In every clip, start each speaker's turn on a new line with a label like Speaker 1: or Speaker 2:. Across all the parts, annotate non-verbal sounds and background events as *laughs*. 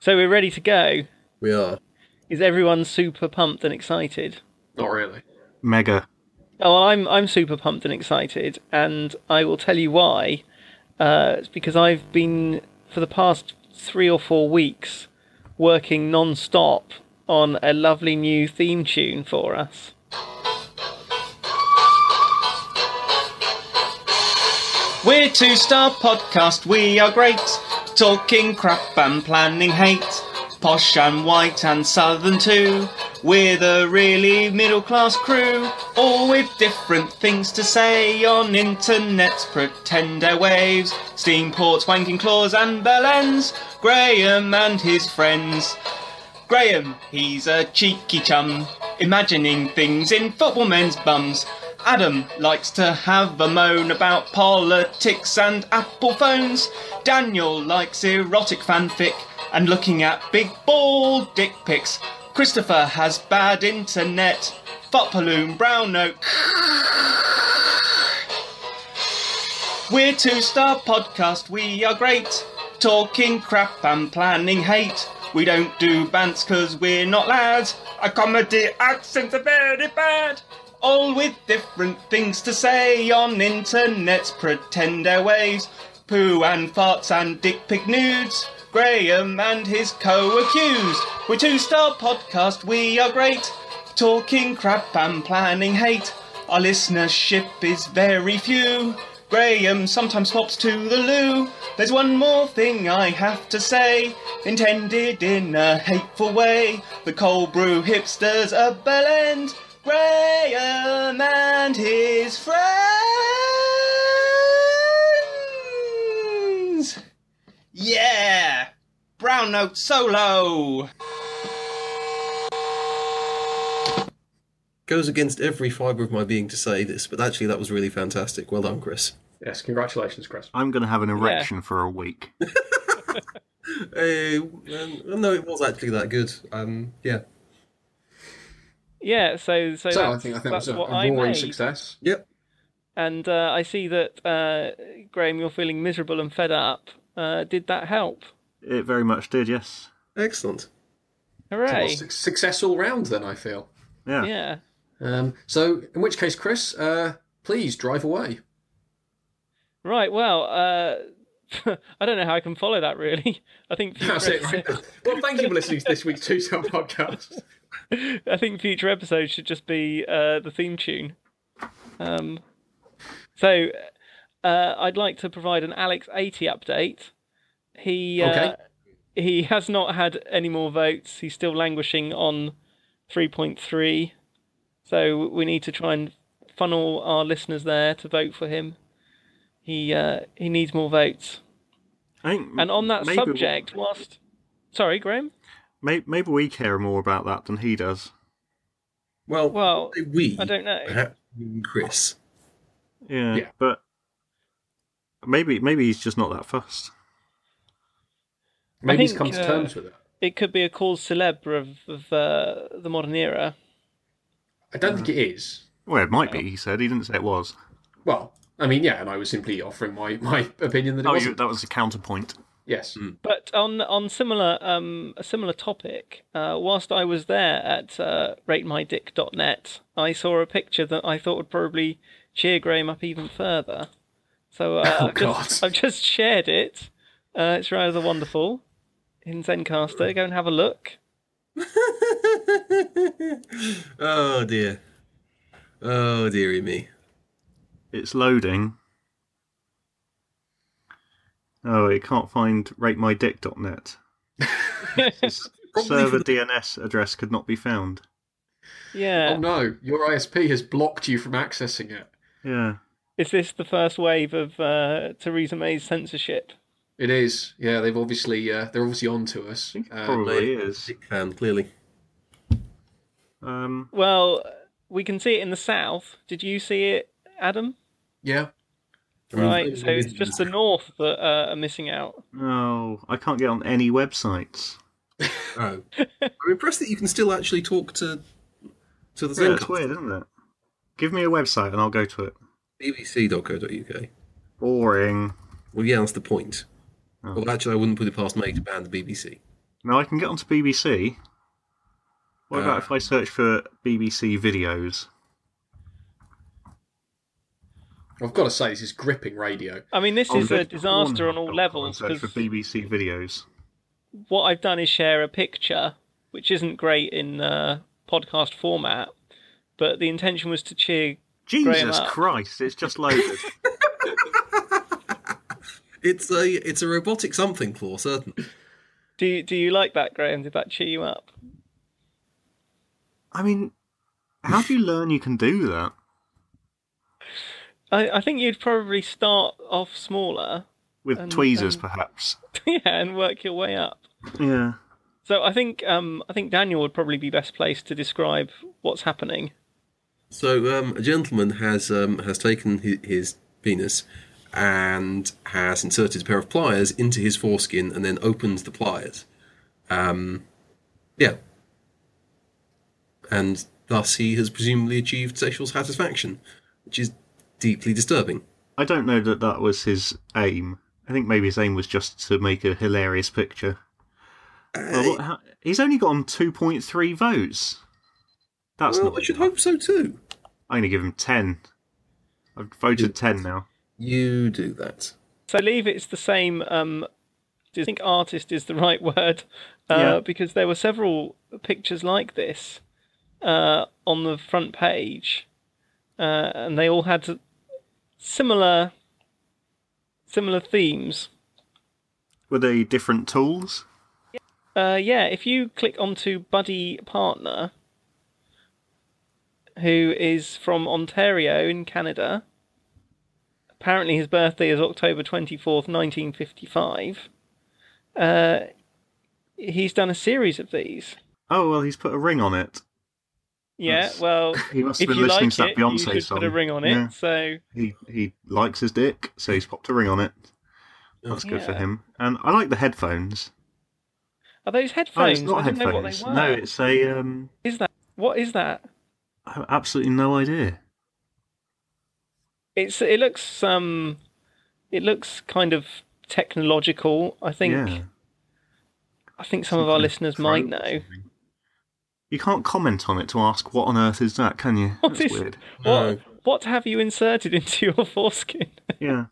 Speaker 1: So we're ready to go.
Speaker 2: We are.
Speaker 1: Is everyone super pumped and excited?
Speaker 3: Not really.
Speaker 4: Mega.
Speaker 1: Oh, well, I'm I'm super pumped and excited, and I will tell you why. Uh, it's because I've been for the past three or four weeks working non-stop on a lovely new theme tune for us.
Speaker 5: We're Two Star Podcast, we are great. Talking crap and planning hate. Posh and white and southern too. We're the really middle class crew. All with different things to say on internet's pretender waves. Steam ports, wanking claws and bellends. Graham and his friends. Graham, he's a cheeky chum, imagining things in football men's bums. Adam likes to have a moan about politics and Apple phones. Daniel likes erotic fanfic and looking at big ball dick pics. Christopher has bad internet. Fopaloon Brown Oak. We're Two Star Podcast, we are great. Talking crap and planning hate. We don't do bants cause we're not lads. Our comedy accents are very bad. All with different things to say on internet's pretender waves. Poo and farts and dick pic nudes. Graham and his co-accused. We're Two Star Podcast, we are great. Talking crap and planning hate. Our listenership is very few. Graham sometimes hops to the loo. There's one more thing I have to say, intended in a hateful way. The cold brew hipsters are bellend. Graham and his friends. Yeah, brown note solo.
Speaker 2: Goes against every fibre of my being to say this, but actually, that was really fantastic. Well done, Chris.
Speaker 3: Yes, congratulations, Chris.
Speaker 4: I'm going to have an erection for a week.
Speaker 2: Hey, um, no, it was actually that good. Um, yeah.
Speaker 1: Yeah, so so,
Speaker 3: So I
Speaker 1: that's,
Speaker 3: think I think
Speaker 1: that's
Speaker 3: that's a,
Speaker 1: what
Speaker 3: a
Speaker 1: I
Speaker 3: roaring
Speaker 1: made.
Speaker 3: success.
Speaker 2: Yep.
Speaker 1: And uh, I see that uh, Graham, you're feeling miserable and fed up. Uh, did that help?
Speaker 4: It very much did, yes.
Speaker 2: Excellent.
Speaker 3: Well,
Speaker 1: Hooray!
Speaker 3: su- success all round, then I feel.
Speaker 4: Yeah.
Speaker 1: Yeah.
Speaker 3: Um, so, in which case, Chris, uh, please drive away.
Speaker 1: Right. Well, uh, *laughs* I don't know how I can follow that. Really, *laughs* I think future
Speaker 3: That's it. Right?
Speaker 1: episodes-
Speaker 3: *laughs* well, thank you for listening to this week's Two Star Podcast.
Speaker 1: I think future *laughs* episodes should just be uh, the theme tune. Um, so, uh, I'd like to provide an Alex eighty update. He uh,
Speaker 3: Okay.
Speaker 1: he has not had any more votes. He's still languishing on three point three. So we need to try and funnel our listeners there to vote for him. He uh, he needs more votes.
Speaker 4: I think
Speaker 1: And on that
Speaker 4: maybe-
Speaker 1: subject, whilst sorry, Graham.
Speaker 4: May- maybe we care more about that than he does.
Speaker 2: Well,
Speaker 1: Well,
Speaker 2: we.
Speaker 1: I don't know.
Speaker 2: perhaps you and Chris.
Speaker 4: Yeah,
Speaker 3: Yeah.
Speaker 4: but maybe maybe he's just not that fussed.
Speaker 3: Maybe he's
Speaker 1: think,
Speaker 3: come to
Speaker 1: uh,
Speaker 3: terms with it.
Speaker 1: It could be a cause celebre of, of uh, the modern era.
Speaker 3: I don't think it is.
Speaker 4: Well, it might be. He said he didn't say it was.
Speaker 3: Well, I mean, yeah, and I was simply offering my, my opinion that it
Speaker 4: Oh, you,
Speaker 3: wasn't.
Speaker 4: that was a counterpoint.
Speaker 3: Yes.
Speaker 1: But on on similar um, a similar topic, uh, whilst I was there at uh, ratemydick.net, I saw a picture that I thought would probably cheer Graham up even further. So uh,
Speaker 3: *laughs* Oh,
Speaker 1: I've, just,
Speaker 3: God.
Speaker 1: I've just shared it. Uh, it's rather wonderful in Zencaster. Go and have a look.
Speaker 2: oh dear. Oh dearie me.
Speaker 4: It's loading. Oh, it can't find *laughs* ratemydick.net. Its server DNS address could not be found.
Speaker 1: Yeah.
Speaker 3: Oh no, your ISP has blocked you from accessing it.
Speaker 4: Yeah.
Speaker 1: Is this the first wave of uh, Theresa May's censorship?
Speaker 3: It is. Yeah, they've obviously uh, they're obviously on to us.
Speaker 4: think
Speaker 3: Uh,
Speaker 4: probably- Well, he
Speaker 2: Mate,
Speaker 4: is.
Speaker 2: Dick fan, clearly.
Speaker 4: Um,
Speaker 1: Well, we can see it in the south. Did you see it, Adam?
Speaker 3: yeah.
Speaker 1: Right, so it's just the north that uh, are missing out.
Speaker 4: oh, I can't get on any websites.
Speaker 1: *laughs*
Speaker 2: Oh. I'm impressed that you can still actually talk to to the
Speaker 4: Yeah,
Speaker 2: Zen
Speaker 4: it's weird, isn't it? Give me a website and I'll go to it.
Speaker 2: BBC.co.uk.
Speaker 4: Boring.
Speaker 2: Well, yeah, that's the point.
Speaker 4: Oh.
Speaker 2: Well, actually, I wouldn't put it past May to ban the BBC.
Speaker 4: Now I can get onto BBC. What
Speaker 2: Ah.
Speaker 4: about if I search for BBC videos?
Speaker 3: I've got to say, this is gripping radio.
Speaker 1: I mean, this
Speaker 4: I'll
Speaker 1: is
Speaker 4: go
Speaker 1: a
Speaker 4: to
Speaker 1: disaster on
Speaker 4: Pornhub.com
Speaker 1: all
Speaker 4: and
Speaker 1: levels
Speaker 4: Search for
Speaker 1: because
Speaker 4: BBC videos.
Speaker 1: what I've done is share a picture, which isn't great in uh, podcast format, but the intention was to cheer.
Speaker 4: Jesus
Speaker 1: up.
Speaker 4: Christ! It's
Speaker 1: *laughs*
Speaker 4: just loaded.
Speaker 2: It's a it's a robotic something claw, certain.
Speaker 1: Do you, do you like that, Graham? Did that cheer you up?
Speaker 4: I mean, how do you learn you can do that?
Speaker 1: I, I think you'd probably start off smaller, *laughs*
Speaker 4: With
Speaker 1: And- um,
Speaker 4: tweezers,
Speaker 1: and-
Speaker 4: perhaps.
Speaker 1: yeah, and work your way up.
Speaker 4: Yeah.
Speaker 1: So I think um, I think Daniel would probably be best placed to describe what's happening.
Speaker 2: So um, a gentleman has um, has taken his, his penis and has inserted a pair of pliers into his foreskin and then opens the pliers. Um, yeah, and thus he has presumably achieved sexual satisfaction, which is deeply disturbing.
Speaker 4: I don't know that that was his aim. I think maybe his aim was just to make a hilarious picture. Well, what- how- he's only gotten 2.3 votes. That's
Speaker 2: well,
Speaker 4: not.
Speaker 2: I should
Speaker 4: enough.
Speaker 2: hope so too.
Speaker 4: I'm going to give him 10. I've voted 10 now.
Speaker 2: You do that.
Speaker 1: So I believe it's the same. Um, I think artist is the *laughs* right word uh,
Speaker 4: Yeah.
Speaker 1: because there were several pictures like this uh, on the front page, uh, and they all had similar similar themes.
Speaker 4: Were they different tools?
Speaker 1: Uh, yeah, if you click onto Buddy Partner, who is from Ontario in Canada, apparently his birthday is October 24th, 1955. Uh, he's done a series of these.
Speaker 4: Oh, well, he's put a ring on it.
Speaker 1: Yeah,
Speaker 4: Nice.
Speaker 1: well,
Speaker 4: *laughs* He must have
Speaker 1: if
Speaker 4: been
Speaker 1: you like
Speaker 4: listening
Speaker 1: it,
Speaker 4: to that
Speaker 1: you
Speaker 4: Beyonce
Speaker 1: should
Speaker 4: song.
Speaker 1: put a ring on it.
Speaker 4: Yeah.
Speaker 1: So,
Speaker 4: He, he likes his dick, so he's popped a ring on it. That's good for
Speaker 1: Yeah.
Speaker 4: him. And I like the headphones.
Speaker 1: are those
Speaker 4: Oh,
Speaker 1: headphones?
Speaker 4: it's not
Speaker 1: I didn't know what
Speaker 4: headphones.
Speaker 1: they were.
Speaker 4: No, it's a. Um,
Speaker 1: Is that what is that?
Speaker 4: I have absolutely no idea.
Speaker 1: It's it looks um, it looks kind of technological. I think.
Speaker 4: yeah.
Speaker 1: I think some of our listeners might know.
Speaker 4: You can't comment on it to ask what on earth is that, can you?
Speaker 1: What is-
Speaker 4: That's weird.
Speaker 2: No.
Speaker 1: What, what have you inserted *laughs* into your foreskin?
Speaker 4: Yeah.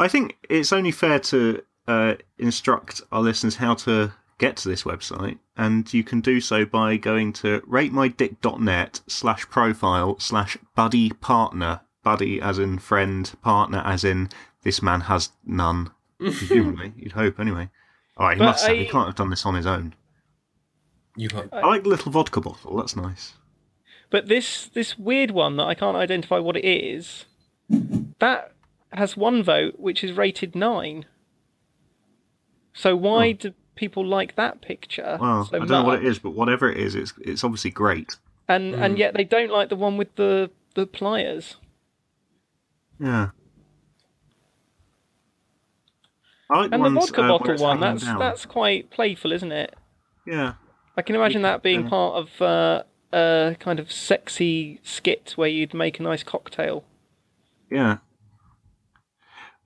Speaker 4: I think it's only fair to uh, instruct our listeners how to get to this website, and you can do so by going to ratemydick.net slash profile slash buddy partner. Buddy as in friend, partner as in this man has none.
Speaker 1: *laughs*
Speaker 4: Presumably, you'd hope anyway. All right, he
Speaker 1: But
Speaker 4: must have. He
Speaker 1: I-
Speaker 4: can't have done this on his own.
Speaker 2: You hope.
Speaker 4: I like the little vodka bottle. That's nice.
Speaker 1: But this this weird one that I can't identify what it is, that has one vote, which is rated nine. So why do people like that picture?
Speaker 4: Oh. Well,
Speaker 1: so
Speaker 4: I don't know what
Speaker 1: much?
Speaker 4: it is, Mm. but whatever it is, it's it's obviously great.
Speaker 1: And and yet they don't like the one with the the pliers.
Speaker 4: Yeah. I like
Speaker 1: And the
Speaker 4: ones,
Speaker 1: vodka
Speaker 4: uh, where
Speaker 1: bottle
Speaker 4: it's
Speaker 1: one,
Speaker 4: hanging
Speaker 1: that's
Speaker 4: down.
Speaker 1: that's quite playful, isn't it?
Speaker 4: yeah.
Speaker 1: I can imagine that being part of uh, a kind of sexy skit where you'd make a nice cocktail.
Speaker 4: Yeah.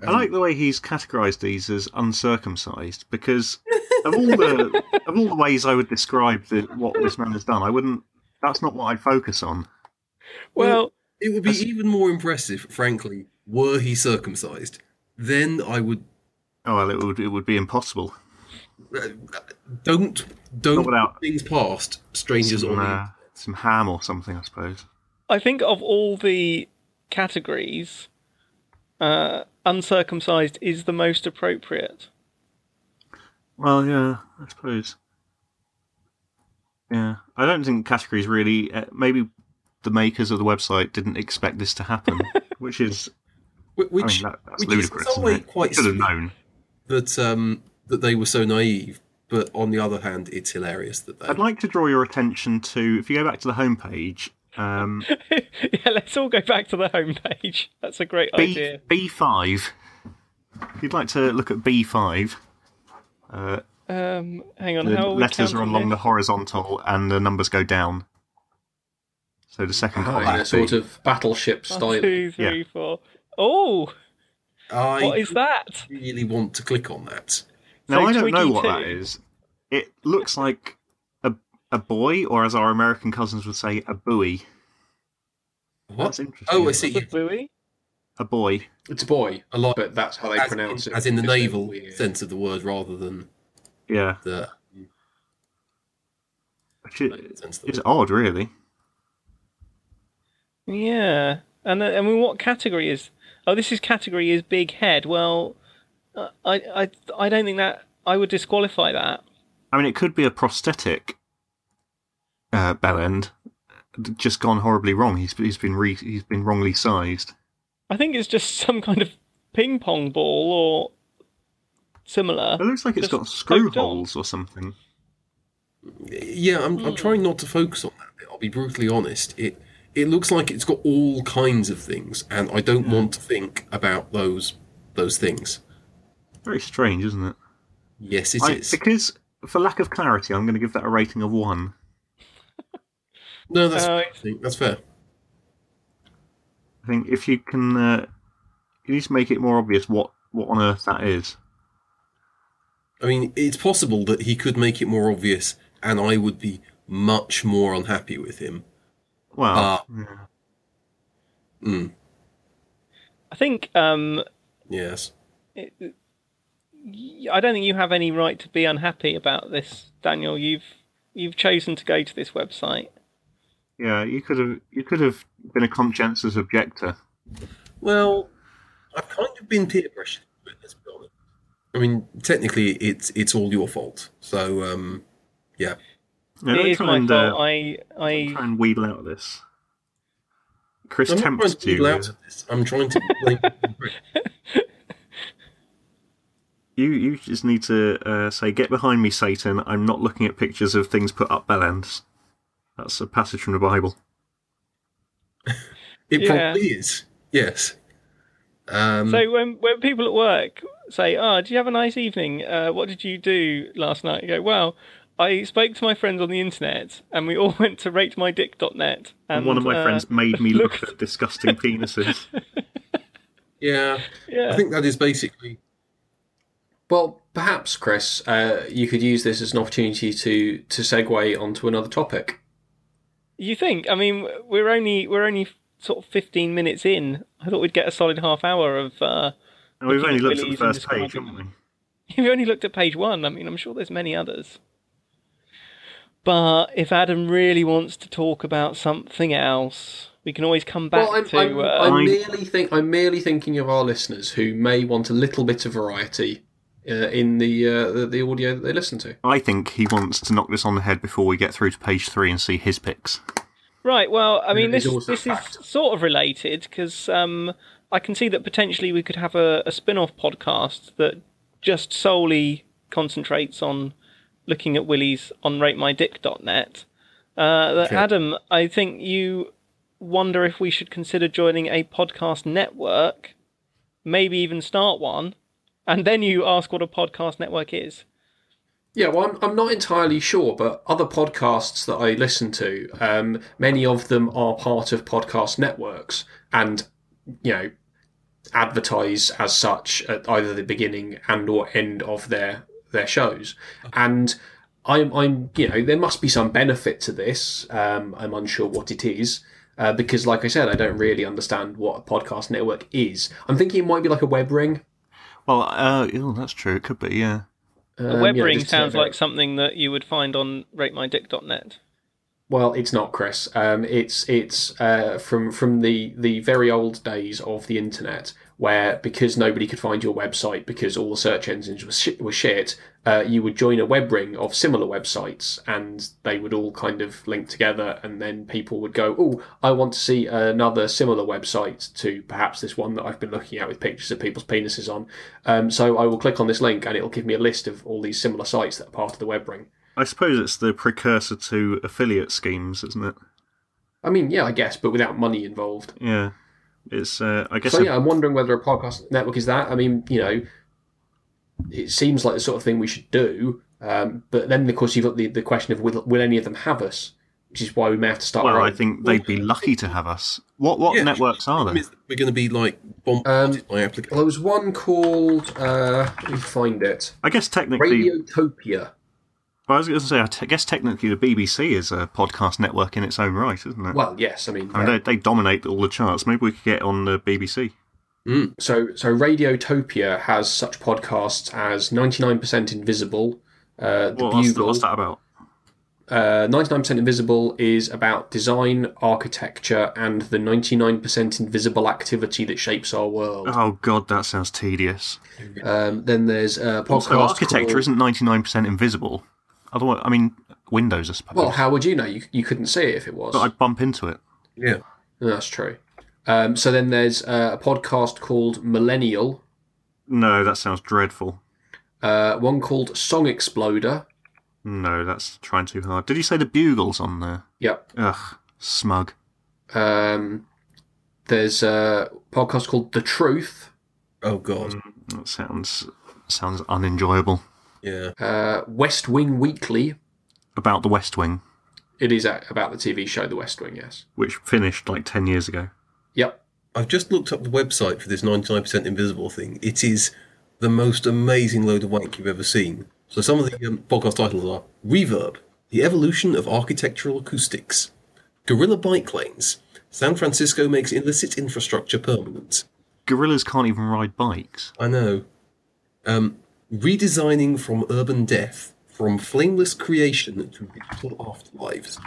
Speaker 4: I like the way he's categorised these as uncircumcised because of all
Speaker 1: *laughs*
Speaker 4: the of all the ways I would describe the, what this man has done, I wouldn't. That's not what I'd focus on.
Speaker 1: Well,
Speaker 2: It would be even more impressive, frankly, were he circumcised. Then I would
Speaker 4: Oh well, it would it would be impossible.
Speaker 2: don't don't
Speaker 4: Not without-
Speaker 2: put things past strangers
Speaker 4: Some,
Speaker 2: on the
Speaker 4: uh, some ham or something, I suppose.
Speaker 1: I think of all the categories, uh, uncircumcised is the most appropriate. *laughs*
Speaker 4: Well, yeah, I suppose. Yeah, I don't think categories really. Uh, maybe the makers of the website didn't expect this
Speaker 2: *laughs*
Speaker 4: to happen, which is
Speaker 2: Wh-
Speaker 4: I mean
Speaker 2: which
Speaker 4: that, that's
Speaker 2: which is
Speaker 4: ludicrous.
Speaker 2: in some
Speaker 4: isn't
Speaker 2: way
Speaker 4: it?
Speaker 2: quite
Speaker 4: should have
Speaker 2: sweet
Speaker 4: known.
Speaker 2: that um that they were so naive. But on the other hand, it's hilarious that they.
Speaker 4: I'd like to draw your attention to if you go back to the homepage, um,
Speaker 1: yeah, let's all go back to the homepage. That's a great
Speaker 2: Oh,
Speaker 4: B
Speaker 1: idea.
Speaker 4: B five. If you'd like to look at B five, uh,
Speaker 1: Um, hang on,
Speaker 4: the
Speaker 1: how are we
Speaker 4: letters are
Speaker 1: counting
Speaker 4: along the
Speaker 1: this?
Speaker 4: horizontal and the numbers go down. So the second
Speaker 3: Oh,
Speaker 4: column
Speaker 3: in a
Speaker 4: is B.
Speaker 3: sort of battleship style.
Speaker 1: One, two,
Speaker 4: Yeah.
Speaker 1: three, four. Oh,
Speaker 2: I
Speaker 1: what is that?
Speaker 2: really want to click on that.
Speaker 4: Now
Speaker 1: So
Speaker 4: I don't know
Speaker 1: Twiggy
Speaker 4: what that
Speaker 1: two.
Speaker 4: is. it looks like a a boy, or as our American cousins would say, a buoy.
Speaker 2: What?
Speaker 4: That's interesting.
Speaker 2: Oh, I
Speaker 1: What's
Speaker 2: see.
Speaker 1: a buoy?
Speaker 4: A boy.
Speaker 3: It's boy,
Speaker 2: A lot,
Speaker 3: but that's how they
Speaker 2: as,
Speaker 3: pronounce
Speaker 2: in,
Speaker 3: it.
Speaker 2: as in the
Speaker 3: because they're
Speaker 2: naval
Speaker 3: weird.
Speaker 2: sense of the word, rather than
Speaker 4: Yeah.
Speaker 2: the
Speaker 4: Which i-
Speaker 2: sense. Of the
Speaker 4: is
Speaker 2: word.
Speaker 4: odd, really.
Speaker 1: Yeah, and then- I mean, what category is? Oh, this is category is big head. Well, uh, I I I don't think that I would disqualify that.
Speaker 4: I mean, it could be a prosthetic uh, bell end, just gone horribly wrong. He's he's been re, he's been wrongly sized.
Speaker 1: I think it's just *laughs* some kind of ping pong ball or similar.
Speaker 4: It looks like it's
Speaker 1: Just
Speaker 4: got screw
Speaker 1: poked on.
Speaker 4: holes or something.
Speaker 2: Yeah, I'm, I'm trying not to focus on that. bit, I'll be brutally honest. It it looks like it's got all kinds of things, and I don't want to think about those those things.
Speaker 4: Very strange, isn't it?
Speaker 2: Yes, it is.
Speaker 4: I- because for lack of clarity, I'm going to give that a rating of one.
Speaker 2: No, that's
Speaker 1: Uh,
Speaker 2: I think that's fair.
Speaker 4: I think if you can, uh, you need to make it more obvious what what on earth that is.
Speaker 2: I mean, it's possible that he could make it more obvious, and I would be much more unhappy with him.
Speaker 4: Well,
Speaker 2: Uh,
Speaker 4: yeah.
Speaker 2: Mm,
Speaker 1: I think um,
Speaker 2: yes.
Speaker 1: it, y- I don't think you have any right to be unhappy about this, Daniel. You've you've chosen to go to this website.
Speaker 4: yeah, you could have you could have been a conscientious objector.
Speaker 2: Well, I've kind of been peer pressured. to it, Let's be honest. I mean, technically, it's it's all your fault. So, um, yeah.
Speaker 4: Yeah,
Speaker 1: it
Speaker 4: don't
Speaker 1: is
Speaker 4: try
Speaker 1: my
Speaker 4: and,
Speaker 1: fault.
Speaker 4: uh,
Speaker 1: I
Speaker 4: try
Speaker 1: I
Speaker 4: and wheedle out of this. Chris
Speaker 2: I'm not trying
Speaker 4: tempts
Speaker 2: to wheedle
Speaker 4: you.
Speaker 2: out of this. I'm trying to blame.
Speaker 4: You you just need to uh, say, "Get behind me, Satan! I'm not looking at pictures of things put up bell ends." That's a passage from the Bible.
Speaker 2: It
Speaker 1: Yeah.
Speaker 2: probably is. Yes. Um,
Speaker 1: so when when people at work say, "Ah, do you have a nice evening? Uh, what did you do last night?" You go, "Well." I spoke to my friends on the internet, and we all *laughs* went to ratemydick.net. And
Speaker 4: One of my
Speaker 1: uh,
Speaker 4: friends
Speaker 1: *laughs*
Speaker 4: made me look
Speaker 1: looked-
Speaker 4: at
Speaker 1: *laughs*
Speaker 4: disgusting penises.
Speaker 2: yeah,
Speaker 1: Yeah.
Speaker 2: I think that is basically.
Speaker 3: Well, perhaps Chris, uh, you could use this as an opportunity to to segue onto another topic.
Speaker 1: You think? I mean, we're only we're only sort of fifteen minutes in. I thought we'd get a solid half hour of. Uh, *laughs*
Speaker 4: And we've
Speaker 1: Looking
Speaker 4: only
Speaker 1: at
Speaker 4: looked at the
Speaker 1: willies and
Speaker 4: first page,
Speaker 1: describing
Speaker 4: haven't we?
Speaker 1: we only looked at page one. I mean, I'm sure there's many others. But if Adam really wants to talk about something else, we can always come back
Speaker 3: Well, I'm,
Speaker 1: to.
Speaker 3: I'm,
Speaker 1: uh,
Speaker 3: I'm
Speaker 4: I-
Speaker 3: merely think I'm merely thinking of our listeners who may want a little bit of variety uh, in the, uh, the the audio that they listen to.
Speaker 4: I think he wants to knock this on the head before we get through to page three and see his picks.
Speaker 1: Right. Well, I mean,
Speaker 3: It's
Speaker 1: this
Speaker 3: also a
Speaker 1: this is
Speaker 3: fact.
Speaker 1: sort of related because um, I can see that potentially we could have a, a spin-off podcast that just solely concentrates on looking at willies on RateMyDick.net. Uh, that
Speaker 2: Okay.
Speaker 1: Adam, I think you wonder if we should consider joining a podcast network, maybe even start one, and then you ask what a podcast network is.
Speaker 3: Yeah, well, I'm, I'm not entirely sure, but other podcasts that I listen to, um, many of them are part of podcast networks and, you know, advertise as such at either the beginning and or end of their their shows. And I'm, I'm, you know, there must be some benefit to this. Um, I'm unsure what it is. Uh, because, like I said, I don't really understand what a podcast network is. I'm thinking it might be like a web ring.
Speaker 4: Well, uh, oh, that's true. It could be, yeah.
Speaker 1: A
Speaker 3: Um,
Speaker 1: web
Speaker 3: yeah,
Speaker 1: ring
Speaker 3: just-
Speaker 1: sounds like something that you would find on RateMyDick.net.
Speaker 3: Well, it's not, Chris. Um, it's it's uh, from from the the very old days of the internet, where because nobody could find your website because all the search engines were shit, were shit uh, you would join a web ring of similar websites, and they would all kind of link together, and then people would go, "Oh, I want to see another similar website to perhaps this one that I've been looking at with pictures of people's penises on." Um, so I will click on this link, and it will give me a list of all these similar sites that are part of the web ring.
Speaker 4: I suppose it's the precursor to affiliate schemes, isn't it?
Speaker 3: I mean, yeah, I guess, but without money involved.
Speaker 4: Yeah. It's, uh, I guess,
Speaker 3: So
Speaker 4: a-
Speaker 3: yeah, I'm wondering whether a podcast network is that. I mean, you know, it seems like the sort of thing we should do. Um, but then, of course, you've got the, the question of will, will any of them have us, which is why we may have to start.
Speaker 4: well,
Speaker 3: our
Speaker 4: I
Speaker 3: own.
Speaker 4: think they'd be lucky to have us. What what
Speaker 2: Yeah.
Speaker 4: networks are there?
Speaker 2: Is that We're going to be like bombarded by applications.
Speaker 3: Well, there was one called uh, let me find it
Speaker 4: I guess technically,
Speaker 3: Radiotopia.
Speaker 4: Well, I was going to say, I t- guess technically the BBC is a podcast network in its own right, isn't it?
Speaker 3: Well, yes, I mean,
Speaker 4: I mean, they, they dominate all the charts. Maybe we could get on the BBC.
Speaker 3: so so Radiotopia has such podcasts as 99% Invisible, uh, The
Speaker 4: What, what's, the-
Speaker 3: Bugle.
Speaker 4: what's that about?
Speaker 3: Uh, 99% Invisible is about design, architecture, and the 99% invisible activity that shapes our world.
Speaker 4: Oh God, that sounds tedious.
Speaker 3: Um, then there's a podcast.
Speaker 4: Also, architecture
Speaker 3: called-
Speaker 4: isn't ninety nine percent invisible. Otherwise, I mean, Windows, I suppose.
Speaker 3: Well, how would you know? You, you couldn't see it if it was.
Speaker 4: but I'd bump into it.
Speaker 2: Yeah.
Speaker 3: No, That's true. Um, so then there's uh, a podcast called Millennial,
Speaker 4: No, that sounds dreadful.
Speaker 3: uh, one called Song Exploder.
Speaker 4: No, that's trying too hard. Did you say the bugles on there?
Speaker 3: Yep.
Speaker 4: Ugh, smug.
Speaker 3: Um, there's a podcast called The Truth,
Speaker 2: Oh God.
Speaker 4: That sounds sounds unenjoyable.
Speaker 2: Yeah.
Speaker 3: uh, West Wing Weekly.
Speaker 4: About the West Wing,
Speaker 3: It is a- about the TV show The West Wing, yes.
Speaker 4: which finished like ten years ago.
Speaker 3: Yep.
Speaker 2: I've just looked up the website for this 99% invisible thing. It is the most amazing load of wank you've ever seen. So some of the um, podcast titles are Reverb, The Evolution of Architectural Acoustics, Gorilla Bike Lanes, San Francisco Makes Illicit Infrastructure Permanent.
Speaker 4: Gorillas can't even ride bikes.
Speaker 2: I know. Um, redesigning from urban death, from flameless creation to digital afterlives.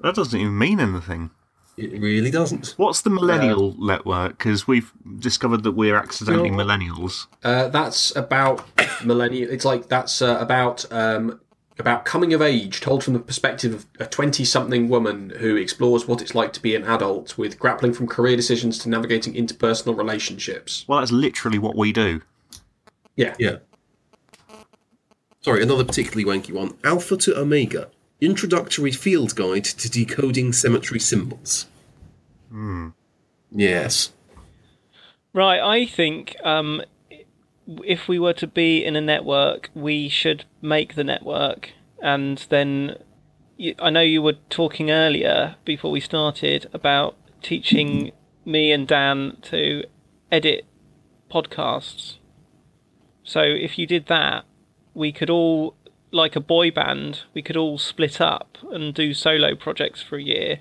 Speaker 4: That doesn't even mean anything.
Speaker 2: It really doesn't.
Speaker 4: What's the millennial network? Because we've discovered that we're accidentally
Speaker 2: Well-
Speaker 4: millennials.
Speaker 3: Uh, that's about millennial. It's like that's uh, about um, about coming of age, told from the perspective of a twenty-something woman who explores what it's like to be an adult, with grappling from career decisions to navigating interpersonal relationships.
Speaker 4: Well, that's literally what we do.
Speaker 3: Yeah,
Speaker 2: Yeah. Sorry, another particularly wanky one. Alpha to Omega. Introductory field guide to decoding cemetery symbols. Hmm. Yes.
Speaker 1: Right, I think um, if we were to be in a network, we should make the network, and then you, I know you were talking earlier before we started about teaching me and Dan to edit podcasts. So if you did that, we could all, like a boy band, we could all split up and do solo projects for a year.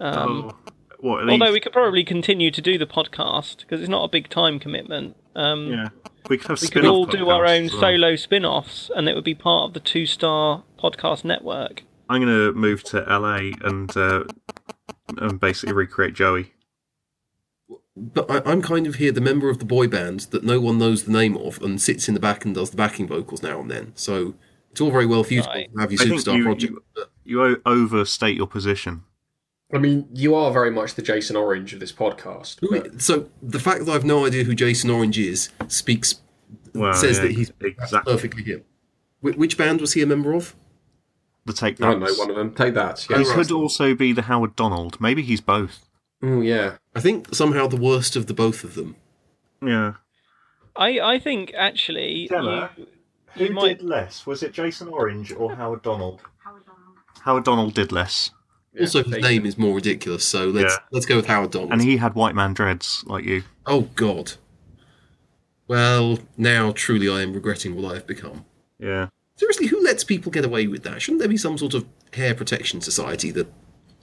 Speaker 4: Oh, What, at
Speaker 1: Um, Although
Speaker 4: least-
Speaker 1: we could probably continue to do the podcast because it's not a big time commitment. Um,
Speaker 4: Yeah. We could have
Speaker 1: we could
Speaker 4: spin-off
Speaker 1: all do our
Speaker 4: podcasts
Speaker 1: own
Speaker 4: as well.
Speaker 1: solo spin offs and it would be part of the two star podcast network.
Speaker 4: I'm going to move to LA and uh, and basically recreate Joey.
Speaker 2: But I, I'm kind of here the member of the boy band that no one knows the name of and sits in the back and does the backing vocals now and then. So it's all very well for you
Speaker 1: Right.
Speaker 2: to have your
Speaker 4: I think
Speaker 2: superstar
Speaker 4: you-
Speaker 2: project.
Speaker 4: you-
Speaker 2: but
Speaker 4: You o- overstate your position.
Speaker 3: I mean, you are very much the Jason Orange of this podcast.
Speaker 2: who-
Speaker 3: but-
Speaker 2: so the fact that I've no idea who Jason Orange is speaks
Speaker 4: Well,
Speaker 2: says
Speaker 4: Oh, yeah,
Speaker 2: that he's
Speaker 4: exactly
Speaker 2: perfectly him. Wh- which band was he a member of?
Speaker 4: the take
Speaker 3: I
Speaker 4: that.
Speaker 3: don't know one of them. Take that.
Speaker 4: He
Speaker 3: Yes.
Speaker 4: could also be the Howard Donald. Maybe he's both.
Speaker 3: Mm, yeah.
Speaker 2: I think somehow the worst of the both of them.
Speaker 4: Yeah.
Speaker 1: I, I think actually.
Speaker 4: Stella?
Speaker 1: you- Who might- did
Speaker 4: less? Was it Jason Orange or Howard Donald? Howard Donald did less,
Speaker 3: Yeah,
Speaker 2: also, his
Speaker 3: take
Speaker 2: name is more ridiculous, so let's
Speaker 4: Yeah.
Speaker 2: let's go with Howard Donald.
Speaker 4: and he had white man dreads like you.
Speaker 2: oh God. Well, now truly, I am regretting what I have become.
Speaker 4: Yeah.
Speaker 2: Seriously, who lets people get away with that? Shouldn't there be some sort of hair protection society that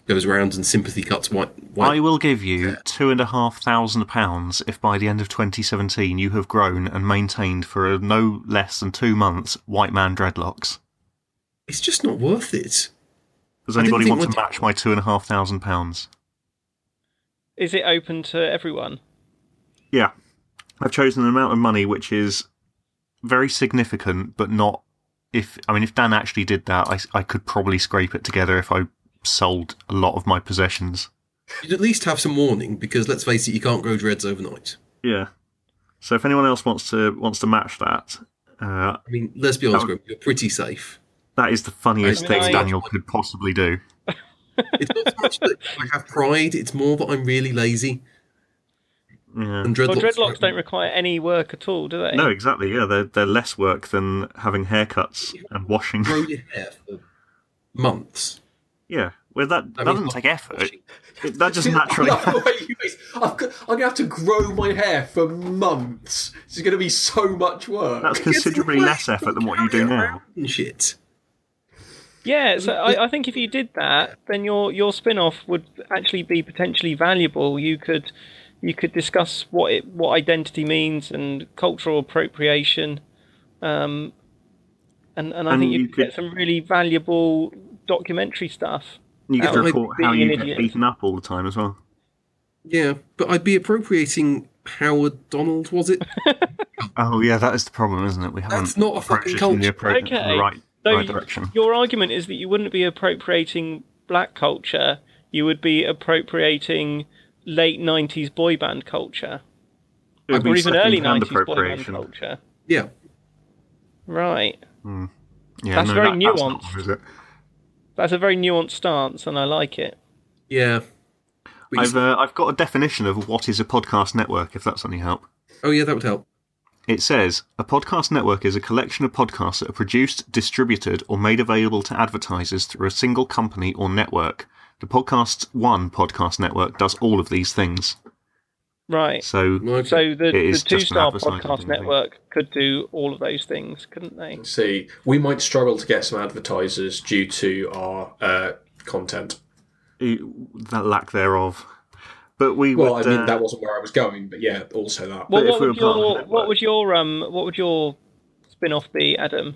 Speaker 2: goes around and sympathy cuts white?
Speaker 4: I
Speaker 2: white?
Speaker 4: will give you two and a half thousand pounds if by the end of 2017 you have grown and maintained for no less than two months white man dreadlocks.
Speaker 2: It's just not worth it.
Speaker 4: Does
Speaker 2: I didn't
Speaker 4: anybody
Speaker 2: think
Speaker 4: want to
Speaker 2: we'd-
Speaker 4: match my two and a half thousand pounds?
Speaker 1: Is it open to everyone?
Speaker 4: Yeah. I've chosen an amount of money which is very significant, but not if I mean if Dan actually did that, I, I could probably scrape it together if I sold a lot of my possessions.
Speaker 2: You'd at least have some warning, because let's face it, you can't grow dreads overnight.
Speaker 4: Yeah. So if anyone else wants to wants to match that, uh,
Speaker 2: I mean, let's be honest, Graham, you're pretty safe.
Speaker 4: that is the funniest
Speaker 1: I mean,
Speaker 4: thing
Speaker 1: I-
Speaker 4: Daniel could possibly do.
Speaker 2: It's not so much that I have pride; it's more that I'm really lazy.
Speaker 4: Yeah.
Speaker 2: And dreadlocks,
Speaker 1: Well, dreadlocks don't require any work at all, do they?
Speaker 4: No, exactly. Yeah, they're they're less work than having haircuts and washing.
Speaker 2: grow your hair for months.
Speaker 4: *laughs* yeah, Well, that, that
Speaker 2: mean,
Speaker 4: doesn't
Speaker 2: I'm
Speaker 4: take effort.
Speaker 2: watching.
Speaker 4: It, that
Speaker 3: *laughs*
Speaker 4: just
Speaker 3: I
Speaker 4: naturally.
Speaker 3: love the way you guys- I've got, I'm gonna have to grow my hair for months. It's gonna be so much work.
Speaker 4: That's considerably less effort than what you do now.
Speaker 2: And shit.
Speaker 1: Yeah, so I, I think if you did that, then your your spin-off would actually be potentially valuable. You could you could discuss what it, what identity means and cultural appropriation, um, and and I
Speaker 4: And
Speaker 1: think you,
Speaker 4: you
Speaker 1: could,
Speaker 4: could-
Speaker 1: get some really valuable documentary stuff.
Speaker 4: You get to
Speaker 1: Out.
Speaker 4: report how
Speaker 1: Being
Speaker 4: you
Speaker 1: an
Speaker 4: get
Speaker 1: idiot.
Speaker 4: beaten up all the time as well.
Speaker 2: Yeah, but I'd be appropriating Howard Donald,
Speaker 1: *laughs*
Speaker 2: was it?
Speaker 4: Oh yeah, that is the problem, isn't it? We haven't
Speaker 2: That's not a
Speaker 4: approached
Speaker 2: fucking
Speaker 4: it in the,
Speaker 2: culture.
Speaker 4: appro- in the right,
Speaker 1: So
Speaker 4: right
Speaker 1: you-
Speaker 4: direction.
Speaker 1: your argument is that you wouldn't be appropriating black culture; you would be appropriating late '90s boy band culture,
Speaker 4: It would
Speaker 1: or
Speaker 4: be
Speaker 1: even early
Speaker 4: second-hand
Speaker 1: '90s boy band
Speaker 4: appropriation.
Speaker 1: culture.
Speaker 2: Yeah.
Speaker 1: Right.
Speaker 4: Yeah,
Speaker 1: That's
Speaker 4: no,
Speaker 1: very
Speaker 4: that- that's not
Speaker 1: nuanced.
Speaker 4: one, is it?
Speaker 1: That's a very nuanced stance, and I like it.
Speaker 2: Yeah. But you
Speaker 4: I've uh, I've got a definition of what is a podcast network. If that's any help.
Speaker 2: Oh yeah, that would help.
Speaker 4: It says a podcast network is a collection of podcasts that are produced, distributed, or made available to advertisers through a single company or network. The Podcast One podcast network does all of these things.
Speaker 1: Right.
Speaker 4: So
Speaker 2: Okay.
Speaker 1: So the,
Speaker 4: It
Speaker 1: the
Speaker 4: is
Speaker 1: two
Speaker 4: just an
Speaker 1: star
Speaker 4: advertising
Speaker 1: podcast
Speaker 4: thing.
Speaker 1: network could do all of those things, couldn't they?
Speaker 3: See, we might struggle to get some advertisers due to our uh, content.
Speaker 4: it, e, that lack thereof. But we
Speaker 3: Well,
Speaker 4: would.
Speaker 3: I mean,
Speaker 4: uh,
Speaker 3: that wasn't where I was going, but yeah, also that.
Speaker 1: Well,
Speaker 4: if
Speaker 1: what
Speaker 4: we
Speaker 1: would
Speaker 4: were part of
Speaker 1: your
Speaker 4: the
Speaker 1: what would your um what would your spin off be, Adam?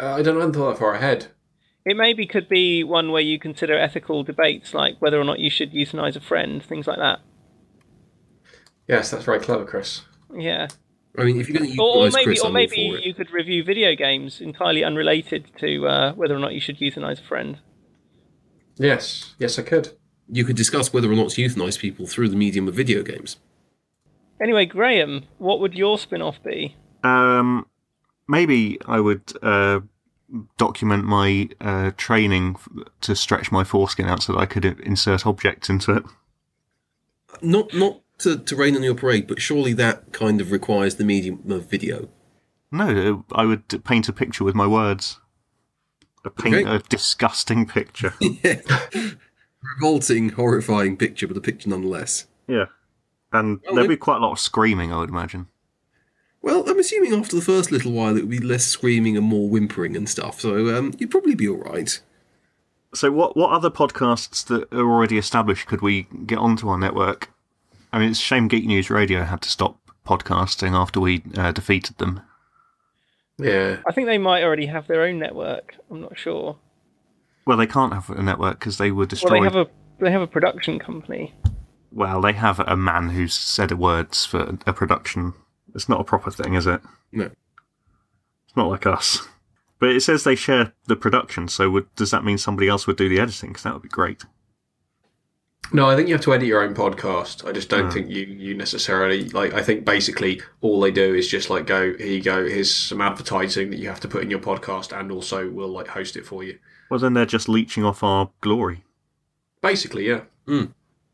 Speaker 3: Uh, I don't know until that far ahead.
Speaker 1: It maybe could be one where you consider ethical debates like whether or not you should euthanize a friend, things like that.
Speaker 3: Yes, that's very clever, Chris.
Speaker 1: Yeah.
Speaker 2: I mean, if you're going to
Speaker 1: Or, or
Speaker 2: utilise
Speaker 1: maybe
Speaker 2: Chris,
Speaker 1: or
Speaker 2: I'm
Speaker 1: maybe
Speaker 2: all for it.
Speaker 1: you could review video games entirely unrelated to uh, whether or not you should euthanize a friend.
Speaker 3: Yes, yes, I could.
Speaker 2: You could discuss whether or not to euthanize people through the medium of video games.
Speaker 1: Anyway, Graham, what would your spin off be?
Speaker 4: Um, maybe I would uh, document my uh, training f- to stretch my foreskin out so that I could i- insert objects into it.
Speaker 2: Not not to, to rain on your parade, but surely that kind of requires the medium of video.
Speaker 4: No, uh, I would paint a picture with my words. A paint
Speaker 2: Okay.
Speaker 4: a
Speaker 3: *laughs*
Speaker 4: disgusting picture.
Speaker 2: Revolting, horrifying picture, but a picture nonetheless.
Speaker 4: yeah, and
Speaker 2: Well,
Speaker 4: there'd
Speaker 2: we-
Speaker 4: be quite a lot of screaming, I would imagine.
Speaker 2: Well, I'm assuming after the first little while it would be less screaming and more whimpering and stuff, so um, you'd probably be all right.
Speaker 4: So, what what other podcasts that are already established could we get onto our network? I mean, it's a shame Geek News Radio had to stop podcasting after we uh, defeated them.
Speaker 3: Yeah.
Speaker 1: I think they might already have their own network. I'm not sure.
Speaker 4: Well, they can't have a network because they were
Speaker 1: Well,
Speaker 4: destroyed.
Speaker 1: they have a they have a production company.
Speaker 4: Well, they have a man who's said words for a production. It's not a proper thing, is it?
Speaker 2: No.
Speaker 4: It's not like us. But it says they share the production, so would, does that mean somebody else would do the editing? Because that would be great.
Speaker 3: No, I think you have to edit your own podcast. I just don't
Speaker 4: Mm.
Speaker 3: think you, you necessarily like. I think basically all they do is just like go here you go. Here's some advertising that you have to put in your podcast, and also we'll like host it for you.
Speaker 4: Well, then they're just leeching off our glory.
Speaker 3: Basically, yeah.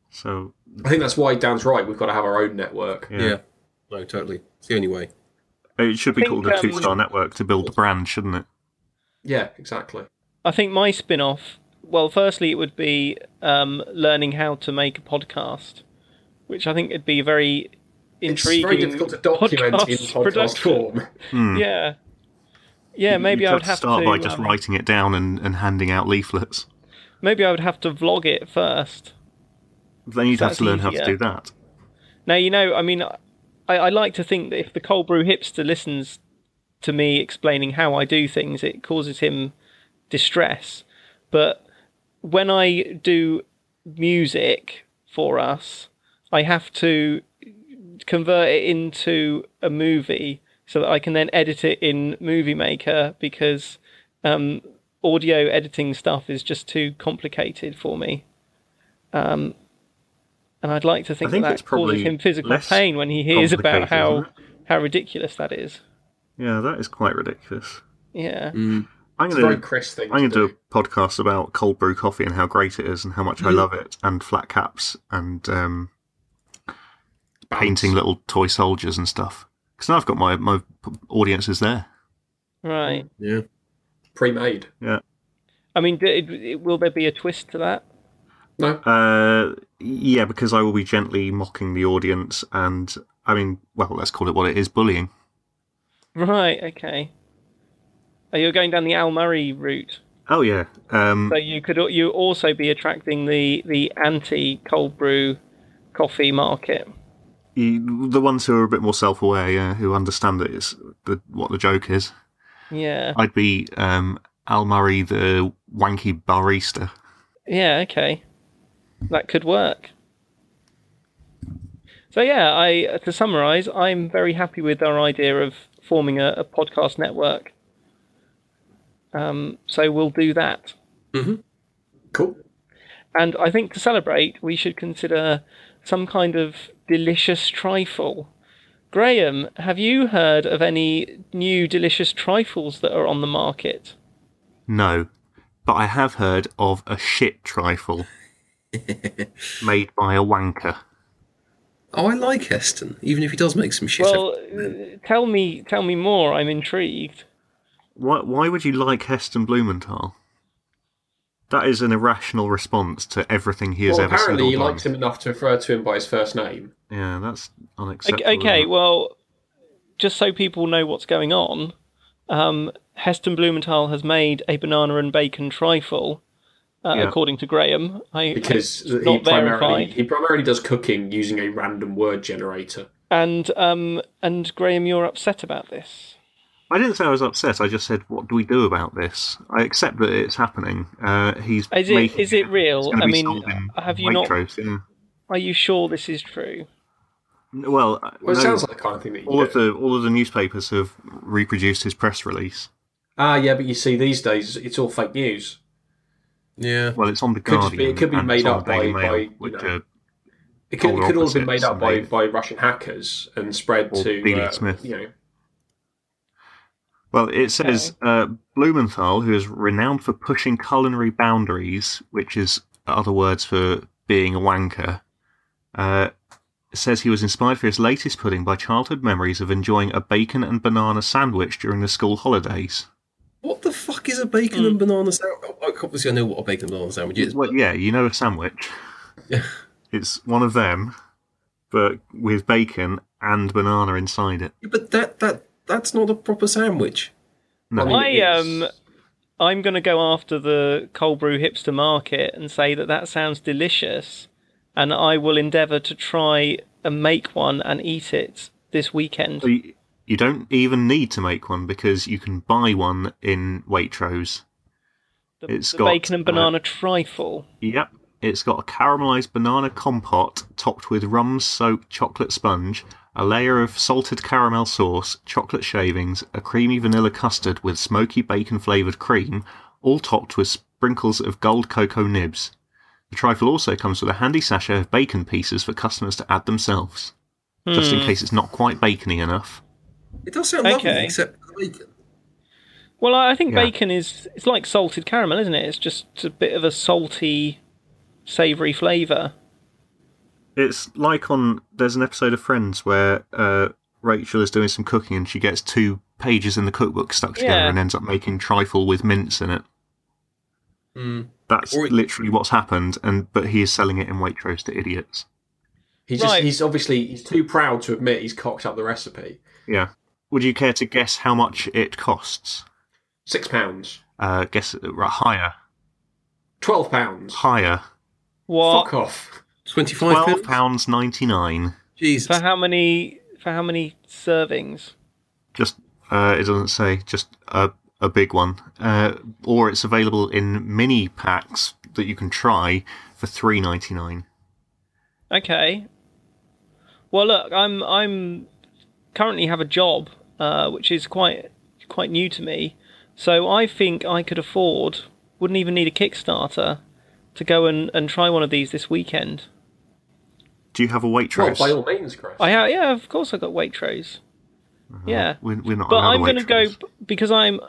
Speaker 4: So,
Speaker 3: I think that's why Dan's right. We've got to have our own network.
Speaker 4: yeah.
Speaker 2: No, totally. It's the only way.
Speaker 4: It should be
Speaker 1: think,
Speaker 4: called a
Speaker 1: um,
Speaker 4: two star network to build the brand, shouldn't it?
Speaker 3: Yeah, exactly.
Speaker 1: I think my spin off. Well, firstly, it would be um, learning how to make a podcast, which I think would be a very intriguing.
Speaker 3: It's very difficult to document in
Speaker 1: podcast
Speaker 3: podcast
Speaker 1: production.
Speaker 3: form.
Speaker 1: Yeah, yeah. Maybe
Speaker 4: You'd
Speaker 1: I would
Speaker 4: to
Speaker 1: have
Speaker 4: start by just
Speaker 1: um,
Speaker 4: writing it down and, and handing out leaflets.
Speaker 1: Maybe I would have to vlog it first.
Speaker 4: Then you'd have
Speaker 1: That's
Speaker 4: to learn how to
Speaker 1: easier.
Speaker 4: do that.
Speaker 1: Now you know. I mean, I, I like to think that if the cold brew hipster listens to me explaining how I do things, it causes him distress. But when I do music for us, I have to convert it into a movie so that I can then edit it in Movie Maker because um, audio editing stuff is just too complicated for me. Um, and I'd like to think,
Speaker 4: I think
Speaker 1: that,
Speaker 4: it's
Speaker 1: that causes
Speaker 4: probably
Speaker 1: him physical
Speaker 4: less
Speaker 1: pain when he hears about
Speaker 4: complicated,
Speaker 1: how
Speaker 4: isn't
Speaker 1: how ridiculous that is.
Speaker 4: Yeah, that is quite ridiculous.
Speaker 1: Yeah.
Speaker 2: Mm,
Speaker 4: I'm
Speaker 3: It's a very
Speaker 4: going to
Speaker 3: Chris thing.
Speaker 4: I'm going
Speaker 3: to
Speaker 4: to Mm. do a podcast about cold brew coffee and how great it is and how much I love it and flat caps and um,
Speaker 3: Bounce.
Speaker 4: painting little toy soldiers and stuff. Because now I've got my my p- audiences there.
Speaker 1: Right.
Speaker 2: Yeah.
Speaker 3: pre-made.
Speaker 1: I mean, d- it, it, will there be a twist to that?
Speaker 3: No,
Speaker 4: Uh, yeah, because I will be gently mocking the audience, and I mean, well, let's call it what it is bullying.
Speaker 1: Right. Okay. Oh, you're going down the Al Murray route,
Speaker 4: Oh, yeah. Um,
Speaker 1: so you could al- you also be attracting the the anti cold brew coffee market.
Speaker 4: you- the ones who are a bit more self aware, yeah, who understand that it's the, what the joke is.
Speaker 1: Yeah.
Speaker 4: I'd be um, Al Murray, the wanky barista.
Speaker 1: Yeah, okay. That could work. So yeah, I to summarize, I'm very happy with our idea of forming a, a podcast network. Um, so we'll do that.
Speaker 3: cool.
Speaker 1: And I think to celebrate, we should consider some kind of delicious trifle. Graham, have you heard of any new delicious trifles that are on the market?
Speaker 4: No, but I have heard of a shit
Speaker 3: *laughs*
Speaker 4: trifle made by a wanker.
Speaker 2: Oh, I like Heston, even if he does make some shit.
Speaker 1: Well, uh, tell me, tell me more. I'm intrigued.
Speaker 4: Why, why would you like Heston Blumenthal? That is an irrational response to everything he has
Speaker 3: Well,
Speaker 4: ever said.
Speaker 3: apparently
Speaker 4: Or
Speaker 3: you
Speaker 4: done.
Speaker 3: liked him enough to refer to him by his first name.
Speaker 4: Yeah, that's
Speaker 1: Okay,
Speaker 4: unacceptable.
Speaker 1: okay, well, just so people know what's going on, um, Heston Blumenthal has made a banana and bacon trifle, uh,
Speaker 4: Yeah.
Speaker 1: according to Graham. I,
Speaker 3: because
Speaker 1: it's
Speaker 3: he
Speaker 1: not
Speaker 3: primarily
Speaker 1: verified.
Speaker 3: he primarily does cooking using a random word generator.
Speaker 1: And um, and Graham, you're upset about this.
Speaker 4: I didn't say I was upset. I just said, what do we do about this? I accept that it's happening. Uh, he's
Speaker 1: Is it-
Speaker 4: making
Speaker 1: is it real?
Speaker 4: It's gonna
Speaker 1: I
Speaker 4: be
Speaker 1: mean,
Speaker 4: sold in
Speaker 1: have you not-
Speaker 4: Waitrose, yeah.
Speaker 1: Are you sure this is true?
Speaker 4: N- Well, uh,
Speaker 3: Well,
Speaker 4: no,
Speaker 3: it sounds like the kind of thing that you
Speaker 4: all
Speaker 3: do.
Speaker 4: of the all of the newspapers have reproduced his press release.
Speaker 3: Ah, yeah, but you see, these days it's all fake news.
Speaker 2: yeah.
Speaker 4: Well, it's on the
Speaker 3: Could just
Speaker 4: Guardian.
Speaker 3: be- it could be
Speaker 4: and
Speaker 3: made
Speaker 4: it's on
Speaker 3: up
Speaker 4: the Daily
Speaker 3: by-
Speaker 4: Mail,
Speaker 3: by, you
Speaker 4: which
Speaker 3: know,
Speaker 4: are
Speaker 3: It could, it
Speaker 4: Polar
Speaker 3: could all have been
Speaker 4: opposites,
Speaker 3: made up by,
Speaker 4: indeed.
Speaker 3: by Russian hackers and spread
Speaker 4: Or
Speaker 3: to
Speaker 4: Dealey
Speaker 3: uh,
Speaker 4: Smith.
Speaker 3: You know,
Speaker 4: Well, it says uh, Blumenthal, who is renowned for pushing culinary boundaries, which is other words for being a wanker, uh, says he was inspired for his latest pudding by childhood memories of enjoying a bacon and banana sandwich during the school holidays.
Speaker 2: What the fuck is a bacon and banana sandwich? Oh, Obviously, I know what a bacon and banana sandwich is.
Speaker 4: Well, yeah, you know a sandwich. it's one of them, but with bacon and banana inside it.
Speaker 2: But that that that's not a proper sandwich.
Speaker 4: No,
Speaker 3: I mean,
Speaker 1: I,
Speaker 3: it's-
Speaker 1: um, I'm going to go after the cold brew hipster market and say that that sounds delicious, and I will endeavour to try and make one and eat it this weekend.
Speaker 4: So you, you don't even need to make one because you can buy one in Waitrose.
Speaker 1: The,
Speaker 4: It's
Speaker 1: the
Speaker 4: got,
Speaker 1: bacon and
Speaker 4: uh,
Speaker 1: banana trifle.
Speaker 4: Yep. It's got a caramelized banana compote topped with rum soaked chocolate sponge, a layer of salted caramel sauce, chocolate shavings, a creamy vanilla custard with smoky bacon flavored cream, all topped with sprinkles of gold cocoa nibs. The trifle also comes with a handy sachet of bacon pieces for customers to add themselves, just in case it's not quite bacony enough.
Speaker 2: It does sound
Speaker 1: Okay.
Speaker 2: lovely, except for the bacon.
Speaker 1: Well, I I think
Speaker 4: Yeah.
Speaker 1: bacon is it's like salted caramel, isn't it? It's just a bit of a salty, savoury flavour.
Speaker 4: It's like on there's an episode of Friends where uh, Rachel is doing some cooking and she gets two pages in the cookbook stuck together
Speaker 1: Yeah.
Speaker 4: and ends up making trifle with mince in it. That's
Speaker 2: Hmm. Or-
Speaker 4: literally what's happened, and but he is selling it in Waitrose to idiots.
Speaker 3: he's just,
Speaker 1: Right.
Speaker 3: he's obviously he's too proud to admit he's cocked up the recipe.
Speaker 4: Yeah. Would you care to guess how much it costs?
Speaker 3: Six pounds,
Speaker 4: Uh, guess uh, right, higher,
Speaker 3: twelve pounds.
Speaker 4: higher.
Speaker 1: What
Speaker 3: Fuck off.
Speaker 2: Twenty five
Speaker 4: Twelve pounds ninety nine.
Speaker 2: Jesus.
Speaker 1: for how many for how many servings?
Speaker 4: Just uh, it doesn't say. Just a a big one, uh, or it's available in mini packs that you can try for three ninety nine.
Speaker 1: Okay. Well, look, I'm I'm currently have a job, uh, which is quite quite new to me, so I think I could afford wouldn't even need a Kickstarter to go and, and try one of these this weekend.
Speaker 4: Do you have a
Speaker 3: Well,
Speaker 4: waitress?
Speaker 3: by all means, Chris.
Speaker 1: I ha- yeah, of course I got Waitrose. Yeah.
Speaker 4: we're, we're not.
Speaker 1: but
Speaker 4: allowed a
Speaker 1: I'm going to go
Speaker 4: waitress.
Speaker 1: because I'm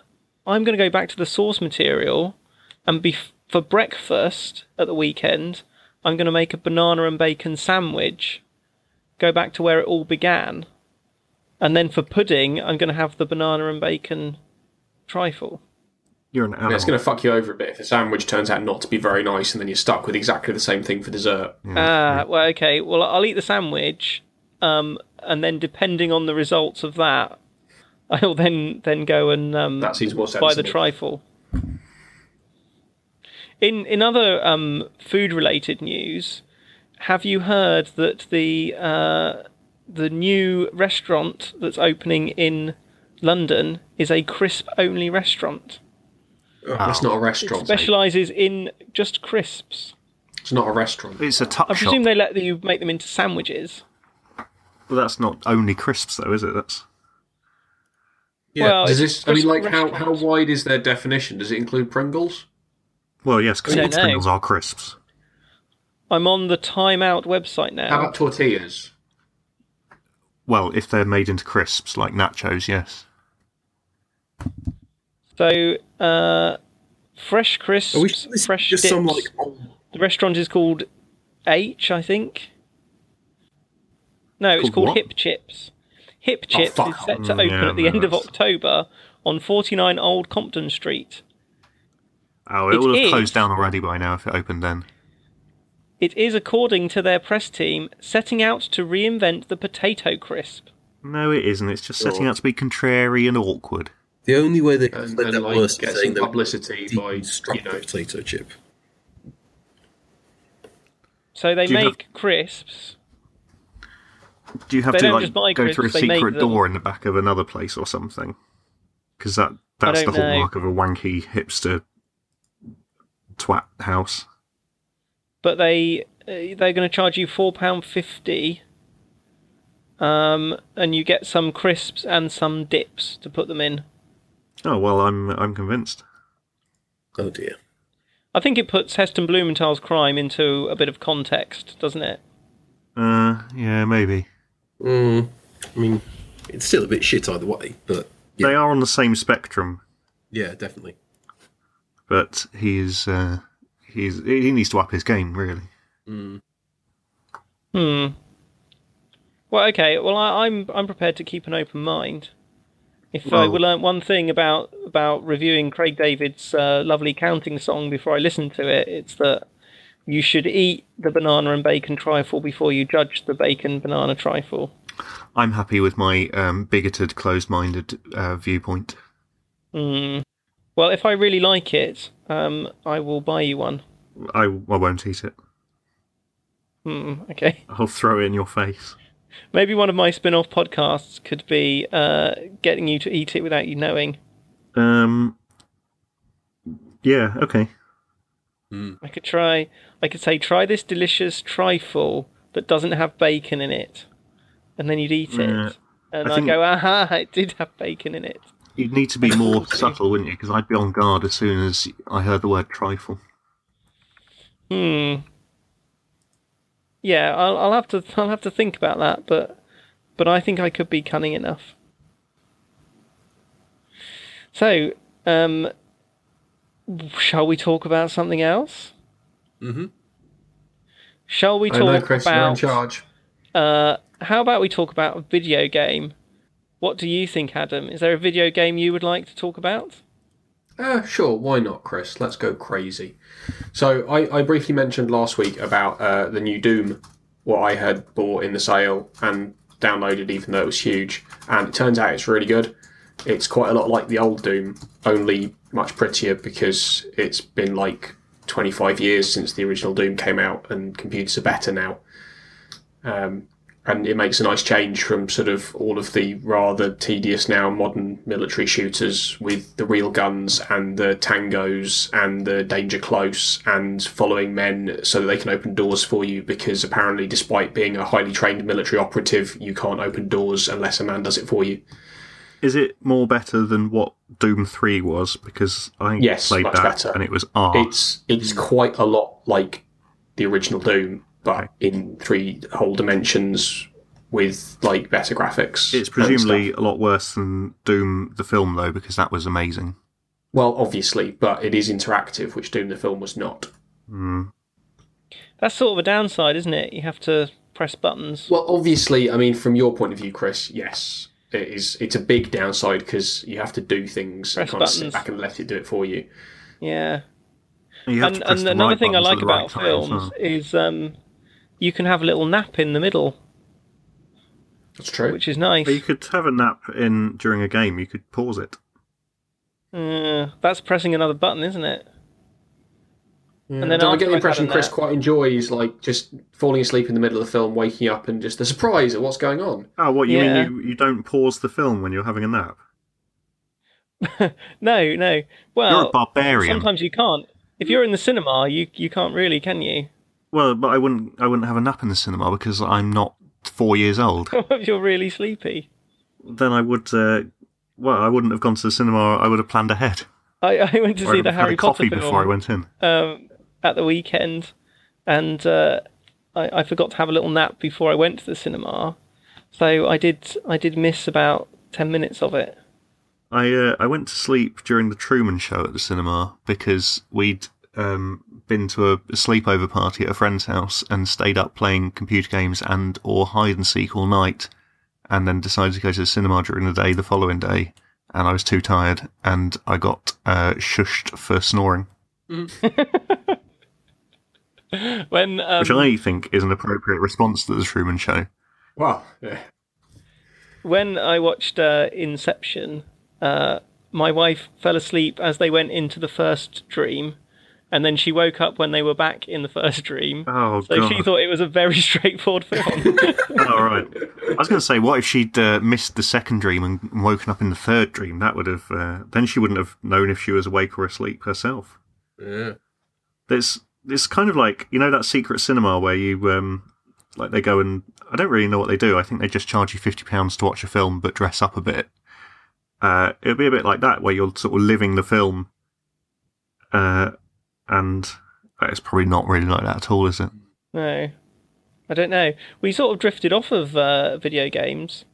Speaker 1: I'm going to go back to the source material, and be for breakfast at the weekend. I'm going to make a banana and bacon sandwich. Go back to where it all began, and then for pudding, I'm going to have the banana and bacon trifle.
Speaker 4: You're an
Speaker 3: And
Speaker 4: animal.
Speaker 3: it's going to fuck you over a bit if the sandwich turns out not to be very nice, and then you're stuck with exactly the same thing for dessert.
Speaker 1: Ah, well, okay. Well, I'll eat the sandwich, um, and then depending on the results of that, *laughs* I'll then then go and um,
Speaker 3: That seems more sensible.
Speaker 1: buy the trifle. In in other um, food related news, have you heard that the uh, the new restaurant that's opening in London is a crisp only restaurant?
Speaker 3: That's not a restaurant. mate.
Speaker 1: Specialises in just crisps.
Speaker 3: It's not a restaurant.
Speaker 4: It's a tuck
Speaker 1: I
Speaker 4: shop.
Speaker 1: presume they let you make them into sandwiches.
Speaker 4: Well, that's not only crisps, though, is it? That's
Speaker 2: Yeah.
Speaker 1: Well,
Speaker 3: Does
Speaker 1: it's
Speaker 3: this? I mean,
Speaker 1: crisp
Speaker 3: like, how, how
Speaker 1: restaurant.
Speaker 3: wide is their definition? Does it include Pringles?
Speaker 4: well, yes, because
Speaker 1: I don't know.
Speaker 4: Pringles are crisps.
Speaker 1: I'm on the Time Out website
Speaker 3: How
Speaker 1: now.
Speaker 3: about tortillas?
Speaker 4: Well, if they're made into crisps like nachos, yes.
Speaker 1: So, uh, fresh crisps,
Speaker 2: Are we sure this is
Speaker 1: fresh
Speaker 2: just
Speaker 1: dips.
Speaker 2: some like old
Speaker 1: The restaurant is called H, I think. No, it's
Speaker 4: Called
Speaker 1: called
Speaker 4: what?
Speaker 1: Hip Chips. Hip Chips
Speaker 3: fuck
Speaker 1: is
Speaker 3: off.
Speaker 1: set to
Speaker 4: Mm,
Speaker 1: open
Speaker 4: yeah,
Speaker 1: at the
Speaker 4: no,
Speaker 1: end of
Speaker 4: that's-
Speaker 1: October on 49 Old Compton Street.
Speaker 4: Oh, it,
Speaker 1: It
Speaker 4: will have
Speaker 1: is.
Speaker 4: closed down already by now if it opened then.
Speaker 1: It is, according to their press team, setting out to reinvent the potato crisp.
Speaker 4: No, it isn't. It's just setting out to be contrary and awkward.
Speaker 2: The only way they can
Speaker 3: And,
Speaker 2: let
Speaker 3: and
Speaker 2: that
Speaker 3: like,
Speaker 2: worse
Speaker 3: get
Speaker 2: is saying
Speaker 3: some
Speaker 2: they
Speaker 3: publicity by, you
Speaker 2: deconstruct the
Speaker 3: know,
Speaker 2: potato chip.
Speaker 1: So they
Speaker 4: Do you have-
Speaker 1: make crisps.
Speaker 4: Do you have
Speaker 1: They
Speaker 4: to
Speaker 1: don't
Speaker 4: like
Speaker 1: just buy
Speaker 4: go
Speaker 1: crisps,
Speaker 4: through a
Speaker 1: they make
Speaker 4: secret
Speaker 1: them.
Speaker 4: door in the back of another place or something? Because that that's the
Speaker 1: don't know.
Speaker 4: hallmark of a wanky hipster twat house.
Speaker 1: but they uh, they're going to charge you four pound fifty. Um, and you get some crisps and some dips to put them in.
Speaker 4: Oh well, I'm I'm convinced.
Speaker 2: Oh dear.
Speaker 1: I think it puts Heston Blumenthal's crime into a bit of context, doesn't it?
Speaker 4: Uh, yeah, maybe
Speaker 2: Mm, I mean, it's still a bit shit either way, but yeah,
Speaker 4: they are on the same spectrum,
Speaker 2: yeah definitely.
Speaker 4: but he is uh, he's he needs to up his game really.
Speaker 1: Hmm. Well, okay. Well, I, I'm I'm prepared to keep an open mind. If I
Speaker 4: Well-
Speaker 1: will learn one thing about about reviewing Craig David's uh, lovely counting song before I listen to it, it's that you should eat the banana and bacon trifle before you judge the bacon banana trifle.
Speaker 4: I'm happy with my um, bigoted, closed-minded uh, viewpoint.
Speaker 1: Mm. Well, if I really like it, um, I will buy you one.
Speaker 4: I I won't eat it.
Speaker 1: Mm, okay.
Speaker 4: I'll throw it in your face.
Speaker 1: Maybe one of my spin-off podcasts could be uh, getting you to eat it without you knowing.
Speaker 4: Um. Yeah. Okay.
Speaker 1: I could try. I could say, try this delicious trifle that doesn't have bacon in it, and then you'd eat it,
Speaker 4: Yeah.
Speaker 1: and
Speaker 4: I
Speaker 1: I would
Speaker 4: think-
Speaker 1: go, aha, it did have bacon in it.
Speaker 4: You'd need to be more subtle, wouldn't you? Because I'd be on guard as soon as I heard the word trifle.
Speaker 1: Hmm. Yeah, I'll, I'll have to. I'll have to think about that, but but I think I could be cunning enough. So, um, shall we talk about something else?
Speaker 2: Mm-hmm.
Speaker 1: Shall we
Speaker 3: I
Speaker 1: talk
Speaker 3: know, Chris, you're in
Speaker 1: about?
Speaker 3: charge.
Speaker 1: Uh, how about we talk about a video game? What do you think, Adam? Is there a video game you would like to talk about?
Speaker 3: Uh, sure, why not, Chris? Let's go crazy. So, I, I briefly mentioned last week about uh, the new Doom, what I had bought in the sale and downloaded, even though it was huge. And it turns out it's really good. It's quite a lot like the old Doom, only much prettier because it's been like 25 years since the original Doom came out, and computers are better now. Um, and it makes a nice change from sort of all of the rather tedious now modern military shooters with the real guns and the tangos and the danger close and following men so that they can open doors for you because apparently despite being a highly trained military operative you can't open doors unless a man does it for you
Speaker 4: Is it more better than what Doom Three was? Because I think
Speaker 3: Yes,
Speaker 4: I played
Speaker 3: much
Speaker 4: that
Speaker 3: better.
Speaker 4: and it was R.
Speaker 3: it's it's
Speaker 4: Hmm.
Speaker 3: quite a lot like the original Doom,
Speaker 4: Hmm.
Speaker 3: but in three whole dimensions with like better graphics.
Speaker 4: It's
Speaker 3: and
Speaker 4: presumably
Speaker 3: stuff.
Speaker 4: a lot worse than Doom the film, though, because that was amazing.
Speaker 3: well, obviously, but it is interactive, which Doom the film was not.
Speaker 4: Mm.
Speaker 1: That's sort of a downside, isn't it? You have to press buttons.
Speaker 3: Well, obviously, I mean, from your point of view, Chris, yes, It is it's a big downside because you have to do things.
Speaker 1: Press
Speaker 3: you can't sit
Speaker 1: buttons.
Speaker 3: back and let it do it for you.
Speaker 1: Yeah.
Speaker 4: You have
Speaker 1: And,
Speaker 4: to press
Speaker 1: and
Speaker 4: the
Speaker 1: another
Speaker 4: right
Speaker 1: thing I
Speaker 4: buttons at
Speaker 1: like
Speaker 4: the right
Speaker 1: about
Speaker 4: time as
Speaker 1: films
Speaker 4: well.
Speaker 1: is um, you can have a little nap in the middle,
Speaker 3: That's true.
Speaker 1: which is nice.
Speaker 4: But you could have a nap in during a game. You could pause it.
Speaker 1: Uh, that's pressing another button, isn't it? *laughs* And then
Speaker 3: No, I
Speaker 1: after
Speaker 3: get the
Speaker 1: I've had
Speaker 3: impression
Speaker 1: a
Speaker 3: Chris
Speaker 1: nap-
Speaker 3: quite enjoys like just falling asleep in the middle of the film, waking up, and just the surprise at what's going on.
Speaker 4: Oh, what you
Speaker 1: Yeah.
Speaker 4: mean? You, you don't pause the film when you're having a nap?
Speaker 1: No, no. Well,
Speaker 4: you're a barbarian.
Speaker 1: sometimes you can't. If you're in the cinema, you you can't really, can you? *laughs*
Speaker 4: Well, but I wouldn't. I wouldn't have a nap in the cinema because I'm not four years old.
Speaker 1: if you're really sleepy.
Speaker 4: then I would. Uh, well, I wouldn't have gone to the cinema. I would have planned ahead.
Speaker 1: I, I went to
Speaker 4: Or
Speaker 1: see
Speaker 4: I'd
Speaker 1: the
Speaker 4: have had
Speaker 1: Harry
Speaker 4: a coffee
Speaker 1: Potter film
Speaker 4: before I went in.
Speaker 1: um, at the weekend, and uh, I, I forgot to have a little nap before I went to the cinema, so I did I did miss about ten minutes of it.
Speaker 4: I uh, I went to sleep during the Truman Show at the cinema because we'd um, been to a sleepover party at a friend's house and stayed up playing computer games and or hide and seek all night, and then decided to go to the cinema during the day the following day, and I was too tired and I got uh, shushed for snoring,
Speaker 1: When um,
Speaker 4: which I think is an appropriate response to the Truman Show.
Speaker 3: Wow. Yeah.
Speaker 1: when I watched uh, Inception, uh, my wife fell asleep as they went into the first dream, and then she woke up when they were back in the first dream.
Speaker 4: Oh
Speaker 1: so she thought it was a very *laughs* straightforward film.
Speaker 4: All right. I was going to say, what if she'd uh, missed the second dream and woken up in the third dream? That would have uh, then she wouldn't have known if she was awake or asleep herself.
Speaker 2: Yeah.
Speaker 4: There's it's kind of like you know that secret cinema where you um like they go and I don't really know what they do. I think they just charge you fifty pounds to watch a film but dress up a bit. Uh, it would be a bit like that where you're sort of living the film. Uh, and it's probably not really like that at all, is it?
Speaker 1: no, I don't know. We sort of drifted off of uh, video games.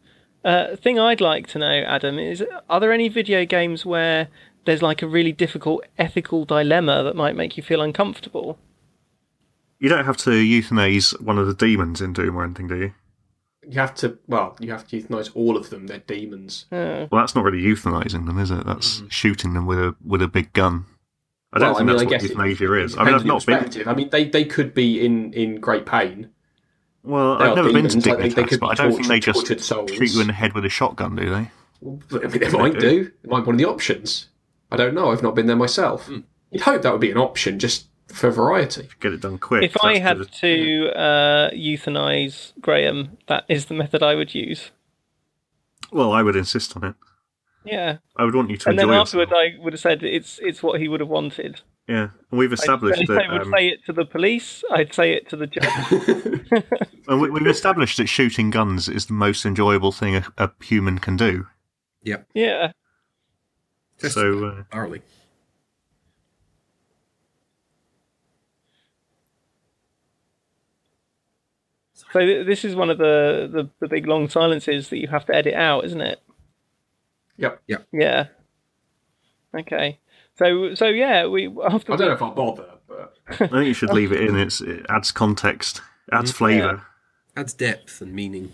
Speaker 1: Uh, thing I'd like to know, Adam, is are there any video games where there's like a really difficult ethical dilemma that might make you feel uncomfortable?
Speaker 4: You don't have to euthanize one of the demons in Doom or anything, do you?
Speaker 3: You have to. Well, you have to euthanize all of them. They're demons.
Speaker 1: Oh.
Speaker 4: Well, that's not really euthanizing them, is it? That's shooting them with a with a big gun. I don't
Speaker 3: Mm. Well, I
Speaker 4: think
Speaker 3: mean, I
Speaker 4: that's what
Speaker 3: guess it-
Speaker 4: euthanasia is.
Speaker 3: It
Speaker 4: I mean,
Speaker 3: depends
Speaker 4: I've
Speaker 3: on your
Speaker 4: not been.
Speaker 3: perspective. I mean, they, they could be in, in great pain.
Speaker 4: Well,
Speaker 3: They
Speaker 4: I've
Speaker 3: are
Speaker 4: never been to
Speaker 3: demons, like, they- they
Speaker 4: Dignitas,
Speaker 3: could
Speaker 4: but
Speaker 3: be
Speaker 4: I don't think they
Speaker 3: tortured-
Speaker 4: just
Speaker 3: tortured souls.
Speaker 4: shoot you in the head with a shotgun, do they?
Speaker 3: I mean, they might do. It might be one of the options. I don't know. I've not been there myself. You'd hope that would be an option just for variety.
Speaker 4: Get it done quick.
Speaker 1: If I
Speaker 4: That's
Speaker 1: had
Speaker 4: the-
Speaker 1: to uh, euthanize Graham, that is the method I would use.
Speaker 4: well, I would insist on it.
Speaker 1: Yeah,
Speaker 4: I would want you to
Speaker 1: and
Speaker 4: enjoy
Speaker 1: then
Speaker 4: it.
Speaker 1: afterwards I would have said it's it's what he would have wanted.
Speaker 4: Yeah, and we've
Speaker 1: I-
Speaker 4: established
Speaker 1: I,
Speaker 4: that.
Speaker 1: would
Speaker 4: um,
Speaker 1: say it to the police. I'd say it to the
Speaker 4: *laughs*
Speaker 1: judge.
Speaker 4: and we, we've established that shooting guns is the most enjoyable thing a, a human can do.
Speaker 1: yeah,
Speaker 2: Just
Speaker 4: So uh,
Speaker 2: thoroughly.
Speaker 1: so th- this is one of the, the the big long silences that you have to edit out, isn't it?
Speaker 3: Yep.
Speaker 1: Yeah. Okay. So so yeah, we after
Speaker 3: I don't know if I'll bother, but
Speaker 4: I think you should leave it in. It's, it adds context,
Speaker 1: *laughs*
Speaker 4: adds flavour.
Speaker 2: Adds depth and meaning.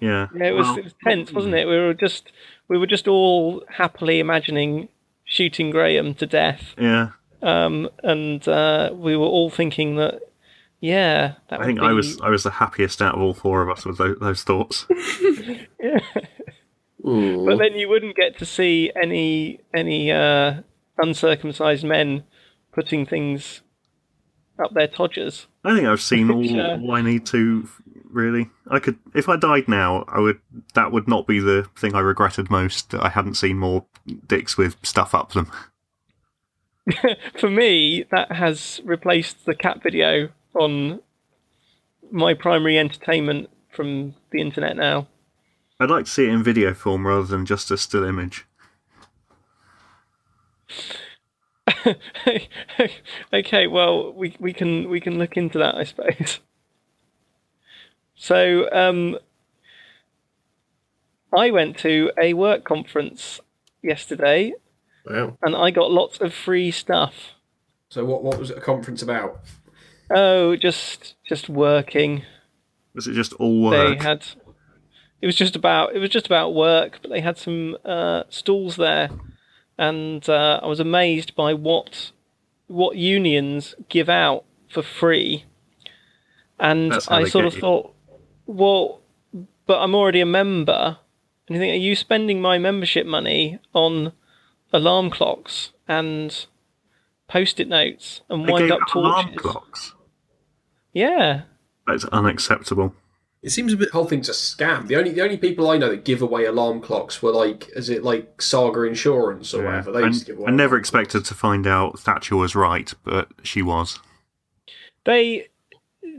Speaker 4: Yeah.
Speaker 1: yeah, it was,
Speaker 4: Well, mm.
Speaker 1: it was tense, wasn't it? We were just we were just all happily imagining shooting Graham to death.
Speaker 4: yeah.
Speaker 1: and uh, we were all thinking that, yeah, that
Speaker 4: I
Speaker 1: would
Speaker 4: think
Speaker 1: be,
Speaker 4: I was I was the happiest out of all four of us with those, those thoughts.
Speaker 3: Mm.
Speaker 1: But then you wouldn't get to see any any uh, uncircumcised men putting things up their todgers.
Speaker 4: I think
Speaker 1: *laughs*
Speaker 4: I've seen all,
Speaker 1: Yeah.
Speaker 4: all I need to. Really, I could if I died now, I would. That would not be the thing I regretted most that I hadn't seen more dicks with stuff up them.
Speaker 1: For me, that has replaced the cat video on my primary entertainment from the internet now.
Speaker 4: I'd like to see it in video form rather than just a still image.
Speaker 1: *laughs* okay, well, we, we can we can look into that, I suppose. So, um, I went to a work conference yesterday,
Speaker 2: Wow.
Speaker 1: and I got lots of free stuff.
Speaker 3: so what? What was the conference about?
Speaker 1: Oh, just just working.
Speaker 4: Was it just all
Speaker 1: They
Speaker 4: work?
Speaker 1: had. It It was just about it was just about work, but they had some uh, stalls there, and uh, I was amazed by what what unions give out for free. And
Speaker 4: That's how
Speaker 1: I
Speaker 4: they
Speaker 1: sort
Speaker 4: get
Speaker 1: of
Speaker 4: you.
Speaker 1: thought, well, but I'm already a member, and you think, are you spending my membership money on alarm clocks and post-it notes and
Speaker 4: They gave
Speaker 1: wind-up
Speaker 4: out alarm
Speaker 1: torches?
Speaker 4: clocks.
Speaker 1: Yeah,
Speaker 4: That's unacceptable.
Speaker 2: It seems a bit.
Speaker 3: The whole thing's a scam. The only the only people I know that give away alarm clocks were like, is it like Saga Insurance or whatever? They
Speaker 4: I,
Speaker 3: used to give away.
Speaker 4: I never
Speaker 3: alarm clocks.
Speaker 4: expected to find out Thatcher was right, but she was.
Speaker 1: they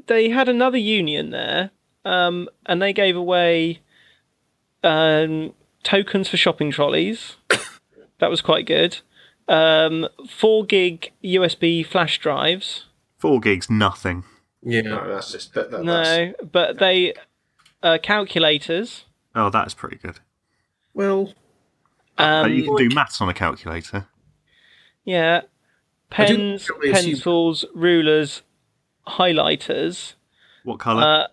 Speaker 1: they had another union there, um, and they gave away um, tokens for shopping trolleys. *coughs* that was quite good. Um, four gig USB flash drives.
Speaker 4: Four gigs, nothing.
Speaker 2: Yeah.
Speaker 3: No, that's just that, that, that's-
Speaker 1: No, but they uh, calculators.
Speaker 4: Oh, that's pretty good.
Speaker 2: Well,
Speaker 4: Uh,
Speaker 1: Um,
Speaker 4: you can do maths on a calculator.
Speaker 1: Yeah.
Speaker 2: do
Speaker 1: Pens,
Speaker 2: really assume-
Speaker 1: pencils, rulers, highlighters.
Speaker 4: What colour?
Speaker 1: Uh,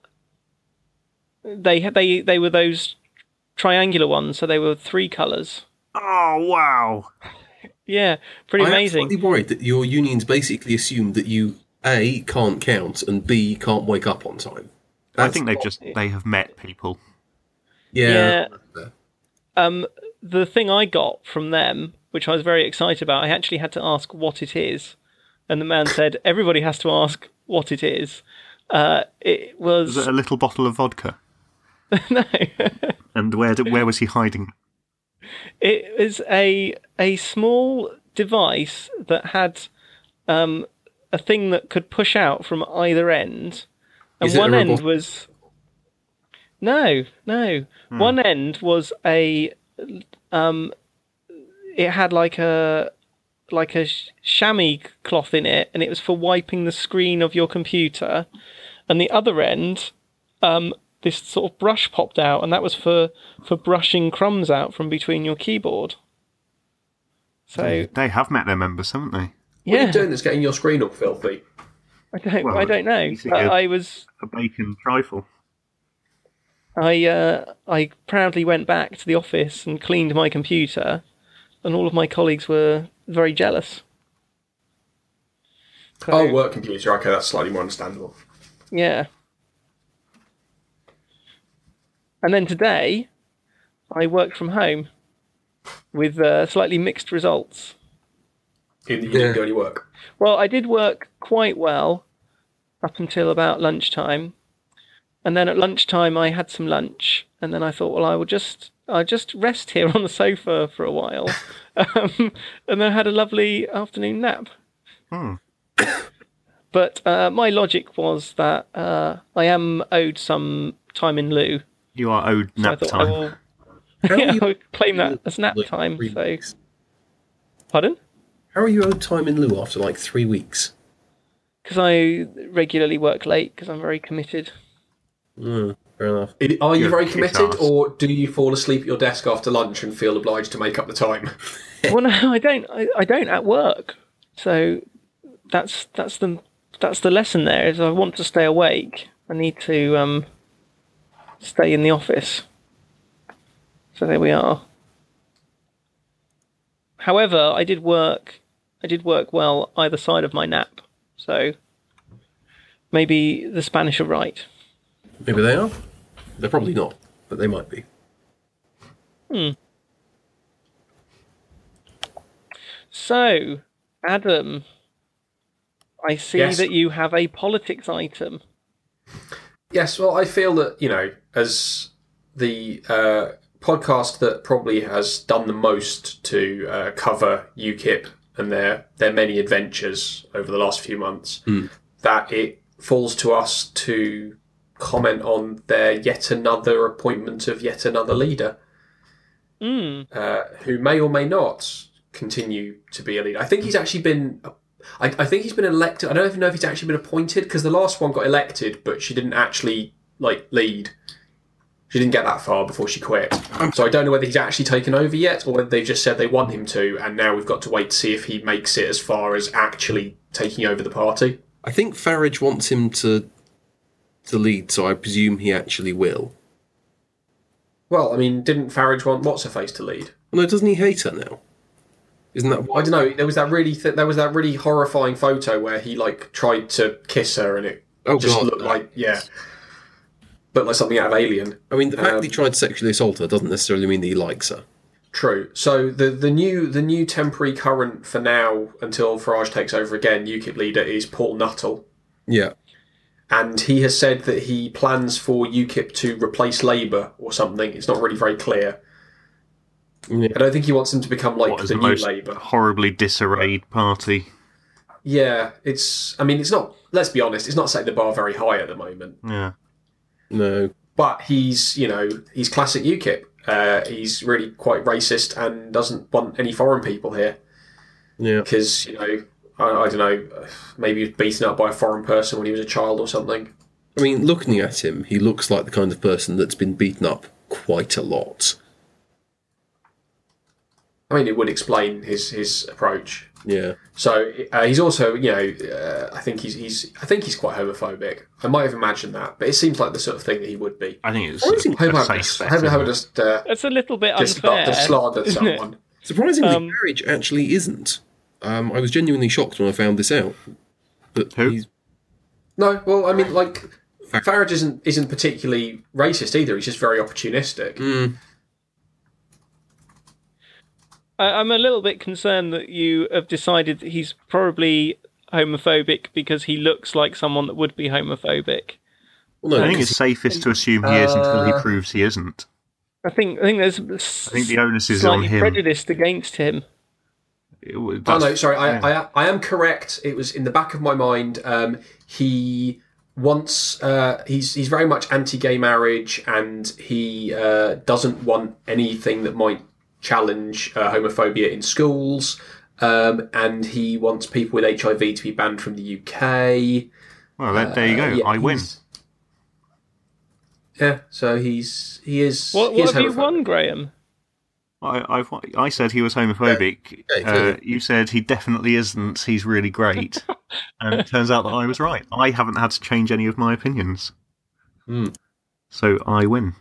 Speaker 1: they had- they they were those triangular ones, so they were three colours.
Speaker 4: oh, wow.
Speaker 1: Yeah, pretty
Speaker 2: I'm
Speaker 1: amazing.
Speaker 2: slightly worried that your unions basically assume that you a can't count and b can't wake up on time.
Speaker 4: I
Speaker 2: That's-
Speaker 4: think they've just they have met people.
Speaker 2: yeah.
Speaker 1: Um, the thing I got from them, which I was very excited about, I actually had to ask what it is, and the man
Speaker 2: *laughs*
Speaker 1: said everybody has to ask what it is. Uh, it was
Speaker 4: Was it a little bottle of vodka?
Speaker 1: *laughs* no,
Speaker 4: And where did, where was he hiding?
Speaker 1: it was a a small device that had um, a thing that could push out from either end, and
Speaker 2: Is it a
Speaker 1: one end
Speaker 2: robot-
Speaker 1: was no, no.
Speaker 2: Hmm.
Speaker 1: One end was a um, it had like a like a sh- chamois cloth in it, and it was for wiping the screen of your computer, and the other end. Um, this sort of brush popped out, and that was for for brushing crumbs out from between your keyboard. So
Speaker 4: They have met their members, haven't they?
Speaker 3: What are
Speaker 1: yeah,
Speaker 3: you doing that's getting your screen all filthy?
Speaker 1: I don't,
Speaker 4: Well,
Speaker 1: I don't know.
Speaker 4: you see
Speaker 1: But
Speaker 4: it-
Speaker 1: I was,
Speaker 4: A bacon trifle.
Speaker 1: I, uh, I proudly went back to the office and cleaned my computer, and all of my colleagues were very jealous. So,
Speaker 3: Oh, work computer. Okay, that's slightly more understandable.
Speaker 1: yeah. And then today, I worked from home with uh, slightly mixed results.
Speaker 3: You, you didn't
Speaker 2: Yeah.
Speaker 3: do any work.
Speaker 1: Well, I did work quite well up until about lunchtime. And then at lunchtime I had some lunch and then I thought, well, I will just I just rest here *laughs* on the sofa for a
Speaker 2: *laughs*
Speaker 1: while. um, and then I had a lovely afternoon nap.
Speaker 4: Hmm.
Speaker 1: *coughs* But uh, my logic was that uh, I am owed some time in lieu.
Speaker 4: You are owed
Speaker 1: So
Speaker 4: nap
Speaker 1: I thought
Speaker 4: time.
Speaker 1: I
Speaker 3: oh,
Speaker 1: will
Speaker 2: *laughs* How
Speaker 1: yeah, *laughs*
Speaker 2: are you-
Speaker 1: I would claim that as nap
Speaker 2: Like,
Speaker 1: time.
Speaker 2: three
Speaker 1: So
Speaker 2: weeks.
Speaker 1: pardon?
Speaker 2: how are you owed time in lieu after like three weeks?
Speaker 1: Because I regularly work late because I'm very committed.
Speaker 2: Mm, fair enough.
Speaker 3: It- Are you
Speaker 4: You're
Speaker 3: very
Speaker 4: kick
Speaker 3: committed,
Speaker 4: ass.
Speaker 3: or do you fall asleep at your desk after lunch and feel obliged to make up the time?
Speaker 1: *laughs* well, no, I don't. I, I don't at work. So that's that's the that's the lesson. There is, I want to stay awake. I need to um, stay in the office. So there we are. However, I did work. I did work well either side of my nap. So maybe the Spanish are right.
Speaker 2: Maybe they are. They're probably not, but they might be.
Speaker 1: So, Adam, I see
Speaker 3: Yes.
Speaker 1: that you have a politics item.
Speaker 3: Yes, well, I feel that you know, as the uh, podcast that probably has done the most to uh, cover UKIP and their their many adventures over the last few months, that it falls to us to comment on their yet another appointment of yet another leader, uh, who may or may not continue to be a leader. I think he's actually been I, I think he's been elected. I don't even know if he's actually been appointed because the last one got elected, but she didn't actually like lead. She didn't get that far before she quit.
Speaker 2: Um,
Speaker 3: So I don't know whether he's actually taken over yet, or whether they've just said they want him to, and now we've got to wait to see if he makes it as far as actually taking over the party.
Speaker 2: I think Farage wants him to to lead, so I presume he actually will.
Speaker 3: Well, I mean, didn't Farage want what's her face to lead?
Speaker 2: Oh, No, doesn't he hate her now? Isn't that
Speaker 3: I
Speaker 2: why?
Speaker 3: don't know. There was that really th- there was that really horrifying photo where he like tried to kiss her and it
Speaker 2: Oh,
Speaker 3: just
Speaker 2: God,
Speaker 3: looked
Speaker 2: no.
Speaker 3: like yeah, looked like something out of Alien.
Speaker 2: I mean, the fact
Speaker 3: Um,
Speaker 2: that he tried to sexually assault her doesn't necessarily mean that he likes her.
Speaker 3: True. So the the new the new temporary current for now until Farage takes over again, UKIP leader is Paul Nuttall,
Speaker 2: Yeah.
Speaker 3: and he has said that he plans for UKIP to replace Labour or something. It's not really very clear.
Speaker 2: Yeah.
Speaker 3: I don't think he wants them to become like
Speaker 4: What is
Speaker 3: the
Speaker 4: the
Speaker 3: new
Speaker 4: most
Speaker 3: Labour.
Speaker 4: horribly disarrayed party?
Speaker 3: Yeah, it's. I mean, it's not. Let's be honest. It's not setting the bar very high at the moment.
Speaker 4: Yeah.
Speaker 2: No.
Speaker 3: But he's, you know, he's classic UKIP. Uh, he's really quite racist and doesn't want any foreign people here
Speaker 2: Yeah.
Speaker 3: because, you know, I, I don't know, maybe he was beaten up by a foreign person when he was a child or something.
Speaker 2: I mean, looking at him, he looks like the kind of person that's been beaten up quite a lot.
Speaker 3: I mean, it would explain his his approach.
Speaker 2: Yeah.
Speaker 3: So uh, he's also, you know, uh, I think he's he's I think he's quite homophobic. I might have imagined that, but it seems like the sort of thing that he would be.
Speaker 4: I think it's
Speaker 2: Surprising-
Speaker 4: a, a
Speaker 3: Homo,
Speaker 4: safe bet.
Speaker 3: homo,
Speaker 4: isn't
Speaker 3: homo
Speaker 4: it?
Speaker 3: just uh,
Speaker 1: It's a little bit
Speaker 3: just
Speaker 1: unfair.
Speaker 3: to slander
Speaker 1: isn't it?
Speaker 3: someone.
Speaker 2: Surprisingly,
Speaker 1: Um,
Speaker 2: marriage actually isn't. Um, I was genuinely shocked when I found this out. But
Speaker 4: Who?
Speaker 2: He's,
Speaker 3: No, well, I mean, like
Speaker 2: Fact.
Speaker 3: Farage isn't isn't particularly racist either. He's just very opportunistic.
Speaker 1: I, I'm a little bit concerned that you have decided that he's probably homophobic because he looks like someone that would be homophobic.
Speaker 2: well,
Speaker 4: I
Speaker 2: no,
Speaker 4: think it's safest to assume he is until he
Speaker 3: Uh,
Speaker 4: proves he isn't.
Speaker 1: I think I think there's I
Speaker 4: I think the onus is on
Speaker 1: slightly
Speaker 4: him.
Speaker 1: prejudiced against him.
Speaker 4: It would-
Speaker 3: Oh no,
Speaker 4: that's-
Speaker 3: sorry, I,
Speaker 4: yeah.
Speaker 3: I I am correct. It was in the back of my mind. Um, he wants uh, he's he's very much anti-gay marriage, and he uh, doesn't want anything that might challenge uh, homophobia in schools. Um, and he wants people with HIV to be banned from the UK.
Speaker 4: well, there, there you go.
Speaker 3: Uh, yeah,
Speaker 4: I win.
Speaker 3: he's- Yeah, so he's he is.
Speaker 1: What,
Speaker 3: he is
Speaker 1: what have you
Speaker 3: homophobic.
Speaker 1: won, Graham?
Speaker 4: I, I, I said he was homophobic.
Speaker 2: Yeah,
Speaker 4: Uh,
Speaker 2: clearly.
Speaker 4: you said he definitely isn't. He's really
Speaker 3: *laughs*
Speaker 4: great. and it turns out that I was right. I haven't had to change any of my opinions.
Speaker 2: Hmm.
Speaker 4: So I win.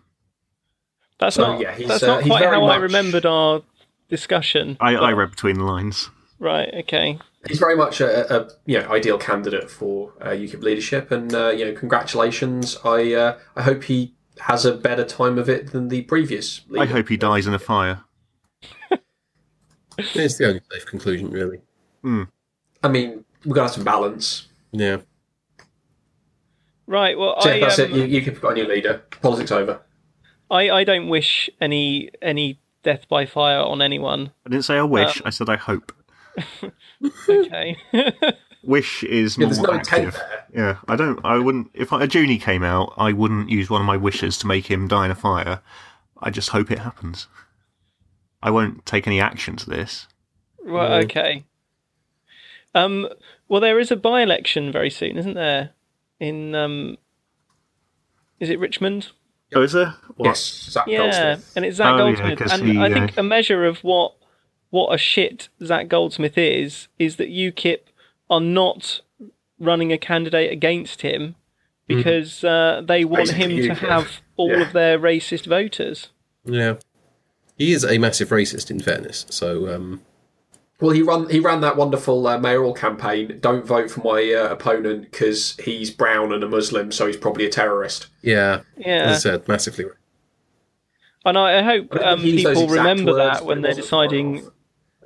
Speaker 1: That's
Speaker 3: So,
Speaker 1: not
Speaker 3: yeah, he's,
Speaker 1: that's
Speaker 3: uh,
Speaker 1: not
Speaker 3: he's
Speaker 1: quite
Speaker 3: very
Speaker 1: how I
Speaker 3: much-
Speaker 1: remembered our discussion.
Speaker 4: I, I read between the lines.
Speaker 1: Right, okay.
Speaker 3: he's very much a, a you know ideal candidate for uh, UKIP leadership, and uh, you know congratulations. I uh, I hope he has a better time of it than the previous. Leader.
Speaker 4: I hope he dies in a fire.
Speaker 2: it's the only safe conclusion, really.
Speaker 3: I mean, we've got to have some balance.
Speaker 2: Yeah.
Speaker 1: Right, well
Speaker 3: So,
Speaker 1: I,
Speaker 3: yeah, that's
Speaker 1: um,
Speaker 3: it. You, UKIP have got a new leader. Politics over.
Speaker 1: I I don't wish any any death by fire on
Speaker 3: *laughs*
Speaker 1: anyone.
Speaker 4: I didn't say I
Speaker 3: Um,
Speaker 4: wish. I said I hope.
Speaker 1: Okay. *laughs*
Speaker 4: Wish is
Speaker 3: Yeah,
Speaker 4: more
Speaker 3: there's no intent
Speaker 4: active.
Speaker 3: there.
Speaker 4: Yeah, I don't. I wouldn't. If a Junie came out, I wouldn't use one of my wishes to make him die in a fire. I just hope it happens. I won't take any action to this.
Speaker 1: right, okay. Um well there is a by election very soon, isn't there? In um is it Richmond?
Speaker 4: Oh, is there? What?
Speaker 3: Yes, Zach
Speaker 1: Yeah,
Speaker 3: Goldsmith.
Speaker 1: and it's Zach
Speaker 4: Oh, yeah,
Speaker 1: Goldsmith,
Speaker 4: 'cause
Speaker 1: and
Speaker 4: he,
Speaker 1: I
Speaker 4: uh,
Speaker 1: think a measure of what what a shit Zach Goldsmith is is that UKIP are not running a candidate against him because uh, they want
Speaker 3: Mm-hmm. Basically,
Speaker 1: him to
Speaker 3: UKIP.
Speaker 1: have all
Speaker 3: Yeah.
Speaker 1: of their racist voters.
Speaker 2: Yeah. He is a massive racist, in fairness. So, um,
Speaker 3: Well, he ran he ran that wonderful uh, mayoral campaign. Don't vote for my uh, opponent because he's brown and a Muslim, so he's probably a terrorist.
Speaker 2: yeah.
Speaker 1: Yeah,
Speaker 2: As I said, massively.
Speaker 1: and I I hope
Speaker 3: I don't
Speaker 1: um,
Speaker 3: think he used those
Speaker 1: people
Speaker 3: exact
Speaker 1: remember
Speaker 3: words,
Speaker 1: that
Speaker 3: but
Speaker 1: when
Speaker 3: it
Speaker 1: they're
Speaker 3: wasn't far
Speaker 1: deciding
Speaker 3: off.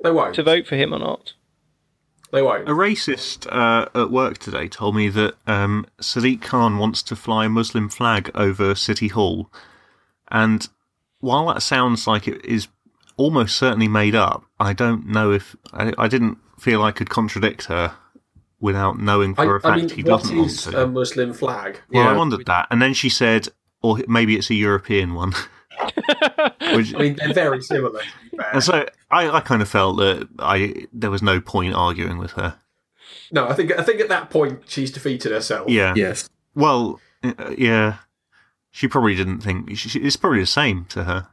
Speaker 3: They won't.
Speaker 1: to vote for him or not.
Speaker 3: They
Speaker 4: A
Speaker 3: won't.
Speaker 4: racist uh, at work today told me that um, Sadiq Khan wants to fly a Muslim flag over City Hall. And while that sounds like it is almost certainly made up, I don't know if. I, I didn't feel I could contradict her without knowing
Speaker 3: I,
Speaker 4: for a fact
Speaker 3: I mean,
Speaker 4: he
Speaker 3: what
Speaker 4: doesn't
Speaker 3: is um,
Speaker 4: want to.
Speaker 3: a Muslim flag?
Speaker 4: Well, I
Speaker 2: Yeah.
Speaker 4: wondered that, and then she said, "Or maybe it's a European
Speaker 3: *laughs*
Speaker 4: one." Which,
Speaker 3: I mean, they're very similar. to be fair.
Speaker 4: and so I, I kind of felt that I there was no point arguing with her.
Speaker 3: No, I think I think at that point she's defeated herself.
Speaker 4: Yeah.
Speaker 2: Yes.
Speaker 4: Well, uh, yeah. She probably didn't think she, she- it's probably the same to her.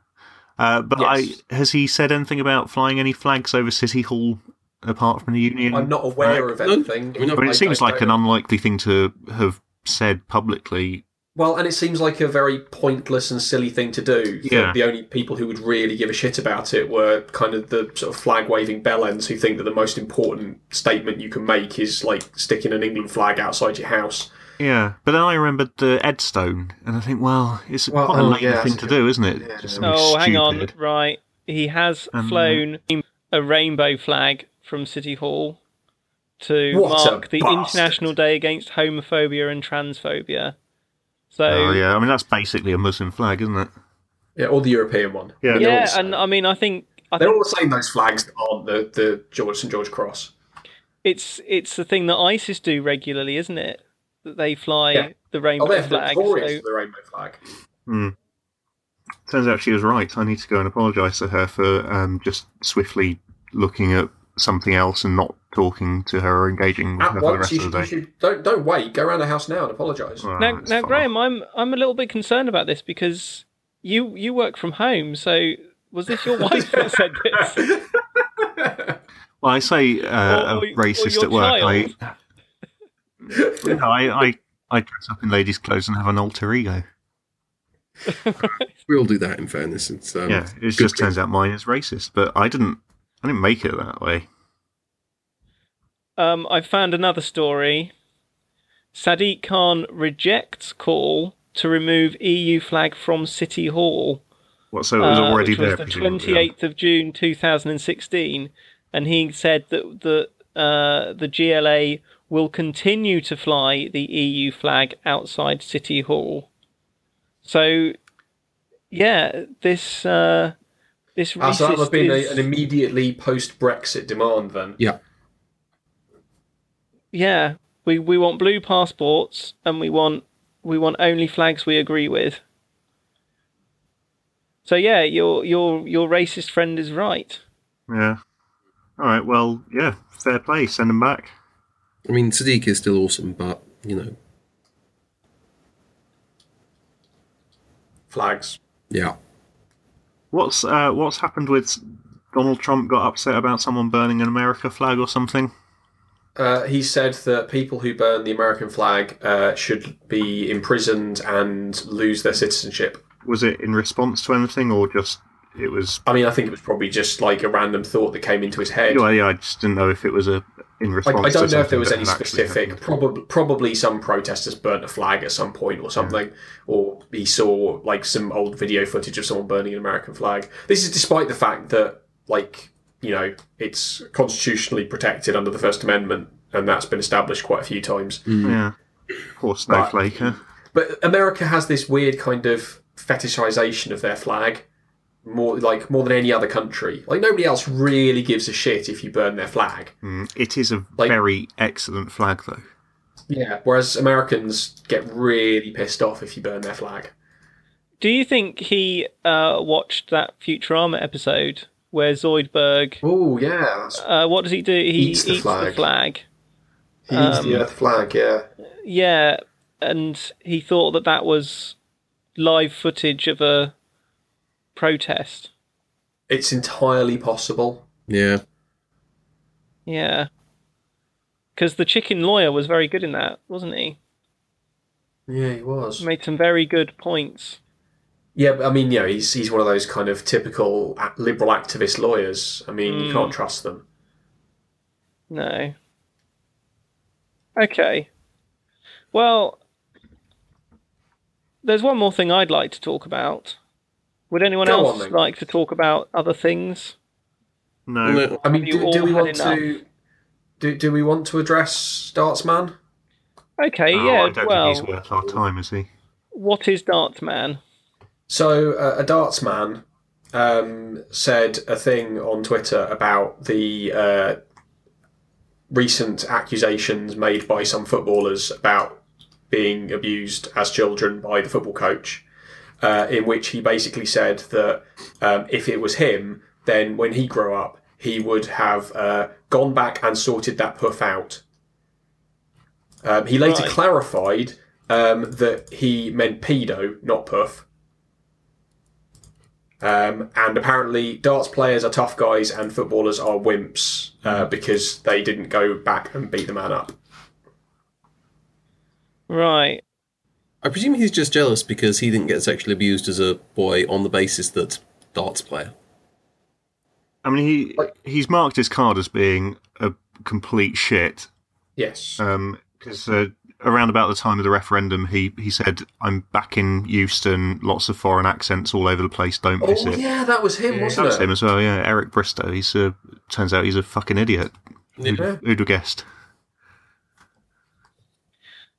Speaker 4: Uh, but
Speaker 3: Yes.
Speaker 4: I has he said anything about flying any flags over City Hall apart from the Union?
Speaker 3: I'm not aware of
Speaker 2: No,
Speaker 3: anything.
Speaker 2: I mean,
Speaker 4: But
Speaker 2: I-
Speaker 4: it seems
Speaker 3: don't
Speaker 4: like an
Speaker 3: know.
Speaker 4: unlikely thing to have said publicly
Speaker 3: Well, and it seems like a very pointless and silly thing to do. The-
Speaker 4: Yeah.
Speaker 3: The only people who would really give a shit about it were kind of the sort of flag waving bellends who think that the most important statement you can make is like sticking an England flag outside your house.
Speaker 4: Yeah, but then I remembered the Edstone, and I think, well, it's
Speaker 3: Well,
Speaker 4: quite a
Speaker 3: oh,
Speaker 4: lame
Speaker 3: yeah,
Speaker 4: thing
Speaker 3: that's
Speaker 4: to
Speaker 3: a
Speaker 4: do, isn't it?
Speaker 3: yeah.
Speaker 4: Just something
Speaker 1: Oh, hang on.
Speaker 4: stupid.
Speaker 1: Right. He has
Speaker 4: Um,
Speaker 1: flown a rainbow flag from City Hall to
Speaker 3: What a
Speaker 1: mark the
Speaker 3: bastard.
Speaker 1: International Day Against Homophobia and Transphobia. So,
Speaker 4: Oh
Speaker 1: yeah,
Speaker 4: yeah, I mean that's basically a Muslim flag, isn't it?
Speaker 3: Yeah, or the European one.
Speaker 4: Yeah.
Speaker 3: They're all the same.
Speaker 1: and I mean, I think I
Speaker 3: they're
Speaker 1: think
Speaker 3: all the same. Those flags that aren't the the George St George Cross.
Speaker 1: it's it's the thing that ISIS do regularly, isn't it? That they fly
Speaker 3: Yeah.
Speaker 1: the
Speaker 3: Oh,
Speaker 1: rainbow
Speaker 3: they're
Speaker 1: flag.
Speaker 3: victorious
Speaker 1: so-
Speaker 3: for the rainbow flag.
Speaker 4: Turns out she was right. I need to go and apologise to her for um, just swiftly looking at something else and not talking to her or engaging with
Speaker 3: At
Speaker 4: her for the
Speaker 3: once,
Speaker 4: rest
Speaker 3: you
Speaker 4: of
Speaker 3: should,
Speaker 4: the
Speaker 3: you
Speaker 4: day.
Speaker 3: should don't don't wait. Go around the house now and apologise.
Speaker 4: Well,
Speaker 1: now,
Speaker 4: that's
Speaker 1: now
Speaker 4: fine.
Speaker 1: Graham, I'm I'm a little bit concerned about this because you you work from home, so was this your *laughs* wife that said this?
Speaker 4: Well, I say uh,
Speaker 1: Or- or
Speaker 4: a racist
Speaker 1: your
Speaker 4: at work. I,
Speaker 1: child.
Speaker 4: *laughs* no, I, I, I dress up in ladies' clothes and have an alter ego.
Speaker 2: We all do that, in fairness. It's, um,
Speaker 4: yeah, it
Speaker 2: good
Speaker 4: just turns out mine is racist, but I didn't. I didn't make it that way.
Speaker 1: Um, I found another story. Sadiq Khan rejects call to remove EU flag from City Hall.
Speaker 4: What? So it was
Speaker 1: uh,
Speaker 4: already
Speaker 1: which
Speaker 4: there.
Speaker 1: was the
Speaker 4: presumably.
Speaker 1: 28th of June 2016, and he said that the uh, the GLA will continue to fly the EU flag outside City Hall. So, yeah, this uh, this
Speaker 3: Ah, so that
Speaker 1: racist
Speaker 3: must have been a,
Speaker 1: is- *laughs*
Speaker 3: an immediately post Brexit demand then.
Speaker 2: Yeah.
Speaker 1: yeah, we we want blue passports and we want we want only flags we agree with. So yeah, your your your racist friend is right.
Speaker 4: Yeah. All right. Well, yeah. Fair play. Send them back.
Speaker 2: I mean, Sadiq is still awesome, but, you know,
Speaker 3: Flags.
Speaker 2: yeah.
Speaker 4: What's uh, what's happened with Donald Trump? Got upset about someone burning an America flag or something?
Speaker 3: Uh, he said that people who burn the American flag uh, should be imprisoned and lose their citizenship.
Speaker 4: Was it in response to anything or just it was?
Speaker 3: I mean, I think it was probably just like a random thought that came into his head.
Speaker 4: Anyway, I just didn't know if it was a in
Speaker 3: I,
Speaker 4: response.
Speaker 3: I don't
Speaker 4: to
Speaker 3: know if there was any
Speaker 4: something that had actually
Speaker 3: specific.
Speaker 4: happened.
Speaker 3: Probably, probably some protesters burnt a flag at some point
Speaker 4: Hmm.
Speaker 3: or something, or he saw like some old video footage of someone burning an American flag. This is despite the fact that, like, you know, it's constitutionally protected under the First Amendment, and that's been established quite a few times.
Speaker 4: Yeah. Poor snowflake. huh?
Speaker 3: But America has this weird kind of fetishization of their flag, more like more than any other country. Like nobody else really gives a shit if you burn their flag.
Speaker 4: Mm, It is a
Speaker 3: Like-
Speaker 4: very excellent flag, though.
Speaker 3: Yeah. Whereas Americans get really pissed off if you burn their flag.
Speaker 1: Do you think he uh, watched that Futurama episode where Zoidberg?
Speaker 3: Oh yeah, that's,
Speaker 1: Uh, what does he do? He
Speaker 3: Eats the flag.
Speaker 1: flag.
Speaker 3: he
Speaker 1: Um,
Speaker 3: needs the Earth flag. Yeah.
Speaker 1: Yeah, and he thought that that was live footage of a protest.
Speaker 3: It's entirely possible.
Speaker 2: Yeah.
Speaker 1: Yeah, because the chicken lawyer was very good in that, wasn't he?
Speaker 3: Yeah, he was.
Speaker 1: made some very good points.
Speaker 3: Yeah, but I mean, you know, he's he's one of those kind of typical a- liberal activist lawyers. I mean, you
Speaker 1: Hmm.
Speaker 3: can't trust them.
Speaker 1: No. Okay. Well, there's one more thing I'd like to talk about. Would anyone
Speaker 3: Go on,
Speaker 1: else
Speaker 3: then.
Speaker 1: like to talk about other things?
Speaker 4: No.
Speaker 2: No,
Speaker 3: I mean,
Speaker 1: Have you
Speaker 3: do,
Speaker 1: all
Speaker 3: do we
Speaker 1: had
Speaker 3: want
Speaker 1: enough?
Speaker 3: to? Do, do we want to address Dartsman?
Speaker 1: Okay,
Speaker 4: Oh, I
Speaker 1: Uh, yeah,
Speaker 4: don't
Speaker 1: well,
Speaker 4: think he's worth our time, is he?
Speaker 1: what is Dartman?
Speaker 3: So uh, a darts man um, said a thing on Twitter about the uh, recent accusations made by some footballers about being abused as children by the football coach, uh, in which he basically said that um, if it was him, then when he grew up, he would have uh, gone back and sorted that puff out. Um, he later
Speaker 1: Right.
Speaker 3: clarified um, that he meant pedo, not puff. Um, and apparently, darts players are tough guys and footballers are wimps uh, because they didn't go back and beat the man up.
Speaker 1: Right.
Speaker 2: I presume he's just jealous because he didn't get sexually abused as a boy on the basis that darts player.
Speaker 4: I mean, he he's marked his card as being a complete shit
Speaker 3: Yes.
Speaker 4: because uh, around about the time of the referendum, he he said, "I'm back in Euston. Lots of foreign accents all over the place. Don't miss
Speaker 3: oh
Speaker 4: it."
Speaker 3: yeah, that was him,
Speaker 4: That
Speaker 3: wasn't
Speaker 4: was
Speaker 3: it?
Speaker 4: him as well. Yeah, Eric Bristow. He's a, turns out he's a fucking idiot.
Speaker 2: Yeah.
Speaker 4: Who'd have guessed?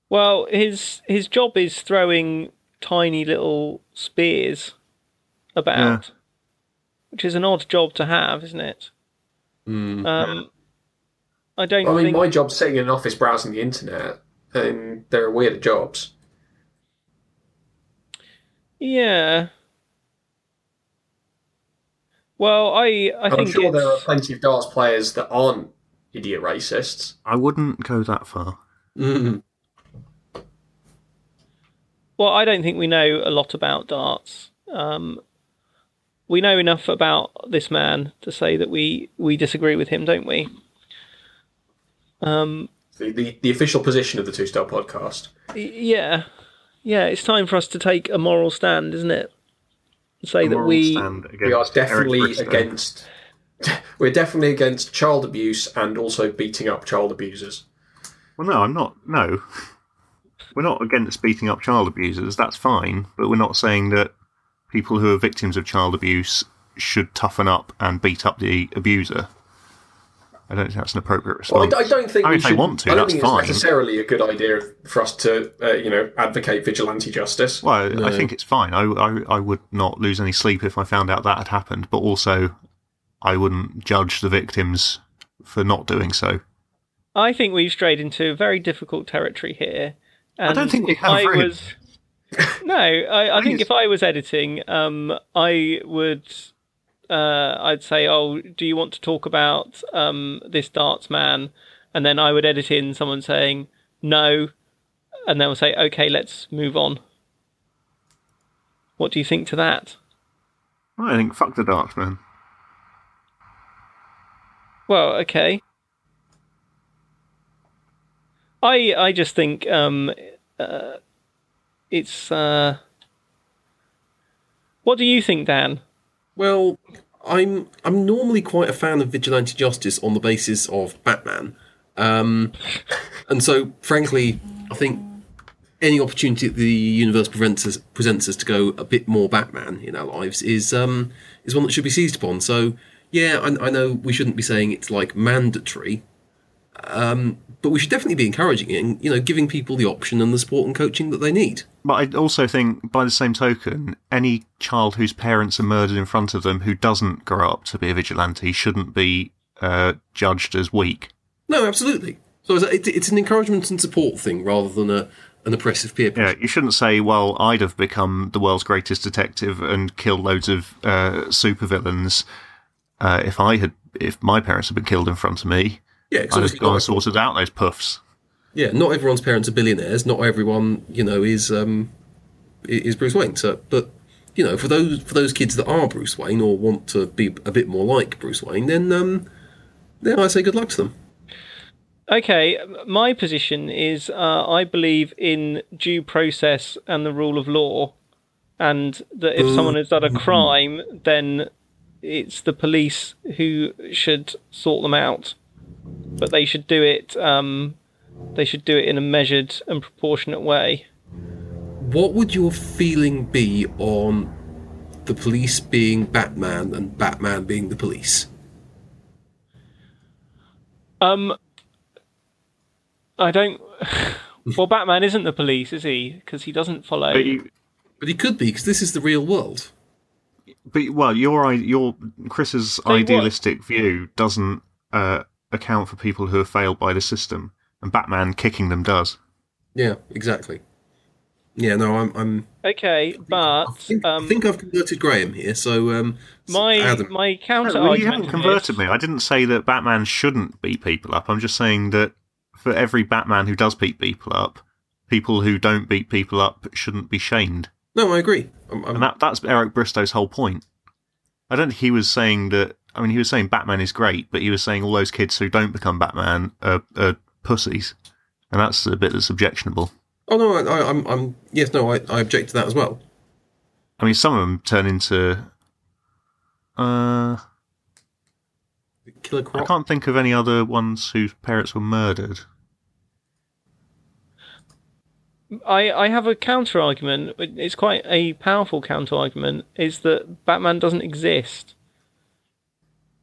Speaker 1: Well, his his job is throwing tiny little spears about, which is an odd job to have, isn't it?
Speaker 4: Hmm.
Speaker 1: Um, I don't
Speaker 3: I mean,
Speaker 1: think.
Speaker 3: my job's sitting in an office browsing the internet, and there are weirder jobs.
Speaker 1: Yeah. Well, I I
Speaker 3: I'm
Speaker 1: think
Speaker 3: sure
Speaker 1: it's,
Speaker 3: there are plenty of darts players that aren't idiot racists.
Speaker 4: I wouldn't go that far.
Speaker 2: Mm.
Speaker 1: well, I don't think we know a lot about darts. Um, we know enough about this man to say that we we disagree with him, don't we? Um,
Speaker 3: The, the, the official position of the Two Star Podcast.
Speaker 1: Y- Yeah, yeah. It's time for us to take a moral stand, isn't it? And say that
Speaker 4: Moral
Speaker 1: we
Speaker 4: stand against
Speaker 3: We are
Speaker 4: Eric
Speaker 3: definitely
Speaker 4: Bristow.
Speaker 3: against. *laughs* We're definitely against child abuse and also beating up child abusers.
Speaker 4: Well, no, I'm not. No, *laughs* we're not against beating up child abusers. That's fine, but we're not saying that people who are victims of child abuse should toughen up and beat up the abuser. I don't think that's an appropriate
Speaker 3: Well,
Speaker 4: response.
Speaker 3: I, I don't think
Speaker 4: I mean,
Speaker 3: we
Speaker 4: if they
Speaker 3: should-
Speaker 4: want to,
Speaker 3: I don't
Speaker 4: that's
Speaker 3: think it's
Speaker 4: fine.
Speaker 3: necessarily a good idea for us to, uh, you know, advocate vigilante justice.
Speaker 4: Well, I think it's fine. I, I, I would not lose any sleep if I found out that had happened, but also I wouldn't judge the victims for not doing so.
Speaker 1: I think we've strayed into very difficult territory here. And
Speaker 4: don't think we
Speaker 1: if
Speaker 4: have,
Speaker 1: I
Speaker 4: really.
Speaker 1: was. *laughs* No, I, I think
Speaker 4: Please.
Speaker 1: if I was editing, um, I would. Uh, I'd say, "Oh, do you want to talk about um, this darts man?" And then I would edit in someone saying no, and then we'll say, "Okay, let's move on." What do you think to that?
Speaker 4: I think fuck the dark man.
Speaker 1: Well, okay. I I just think um, uh, it's. Uh... What do you think, Dan?
Speaker 2: Well, I'm I'm normally quite a fan of vigilante justice on the basis of Batman, um, and so frankly, I think any opportunity that the universe presents us, presents us to go a bit more Batman in our lives is um, is one that should be seized upon. So yeah, I, I know we shouldn't be saying it's like mandatory. Um, but we should definitely be encouraging it and you know giving people the option and the support and coaching that they need.
Speaker 4: But I also think, by the same token, any child whose parents are murdered in front of them who doesn't grow up to be a vigilante shouldn't be uh, judged as weak.
Speaker 2: No, absolutely. So it's, it, it's an encouragement and support thing rather than a an oppressive peer pressure.
Speaker 4: Yeah, you shouldn't say, "Well, I'd have become the world's greatest detective and killed loads of uh, supervillains uh, if I had, if my parents had been killed in front of me.
Speaker 2: Yeah, it's
Speaker 4: I'd have
Speaker 2: obviously
Speaker 4: gone
Speaker 2: not,
Speaker 4: and sorted out those puffs."
Speaker 2: yeah, not everyone's parents are billionaires. Not everyone, you know, is um, i- is Bruce Wayne. So, but you know, for those for those kids that are Bruce Wayne or want to be a bit more like Bruce Wayne, then um, then I say good luck to them.
Speaker 1: Okay, m- my position is uh, I believe in due process and the rule of law, and that if someone has done a crime, then it's the police who should sort them out. But they should do it. Um, they should do it in a measured and proportionate way.
Speaker 2: What would your feeling be on the police being Batman and Batman being the police?
Speaker 1: Um, I don't. *sighs* well, Batman isn't the police, is he? Because he doesn't follow.
Speaker 4: But, you,
Speaker 2: But he could be because this is the real world.
Speaker 4: but well, your i- your Chris's
Speaker 1: what-
Speaker 4: idealistic view doesn't uh, account for people who are failed by the system, and Batman kicking them does.
Speaker 2: Yeah, exactly. Yeah, no, I'm. I'm
Speaker 1: Okay, but
Speaker 2: I think, I
Speaker 1: um,
Speaker 2: think I've converted Graham here. So um,
Speaker 1: my
Speaker 2: Adam.
Speaker 1: my counter
Speaker 4: No,
Speaker 1: argument.
Speaker 4: you haven't converted me. I didn't say that Batman shouldn't beat people up. I'm just saying that for every Batman who does beat people up, people who don't beat people up shouldn't be shamed.
Speaker 2: no, I agree. I'm, I'm,
Speaker 4: And that that's Eric Bristow's whole point. I don't think he was saying that. I mean, he was saying Batman is great, but he was saying all those kids who don't become Batman are, are pussies, and that's the bit that's objectionable.
Speaker 2: Oh no, I, I, I'm, I'm yes, no, I, I object to that as well.
Speaker 4: I mean, some of them turn into. Uh,
Speaker 2: Killer
Speaker 4: I
Speaker 2: Croc.
Speaker 4: can't think of any other ones whose parents were murdered.
Speaker 1: I, I have a counter argument. It's quite a powerful counter argument. Is that Batman doesn't exist?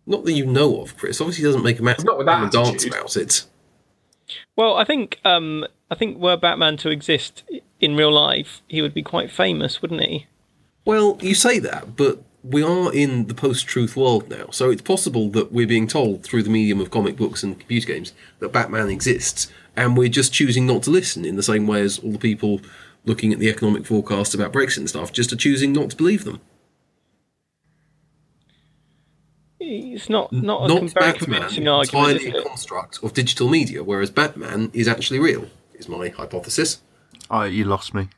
Speaker 2: Not that you know of, Chris. Obviously, he doesn't make a matter
Speaker 3: Not with that
Speaker 2: and dance
Speaker 3: attitude.
Speaker 2: about it.
Speaker 1: Well, I think um, I think were Batman to exist in real life, he would be quite famous, wouldn't he?
Speaker 2: Well, you say that, but we are in the post-truth world now, so it's possible that we're being told through the medium of comic books and computer games that Batman exists, and we're just choosing not to listen in the same way as all the people looking at the economic forecasts about Brexit and stuff just are choosing not to believe them.
Speaker 1: It's not not a
Speaker 2: not
Speaker 1: com- very
Speaker 2: Batman
Speaker 1: convincing
Speaker 2: is
Speaker 1: argument.
Speaker 2: entirely
Speaker 1: Is
Speaker 2: a
Speaker 1: it?
Speaker 2: construct of digital media, whereas Batman is actually real. Is my hypothesis.
Speaker 4: Oh, you lost me.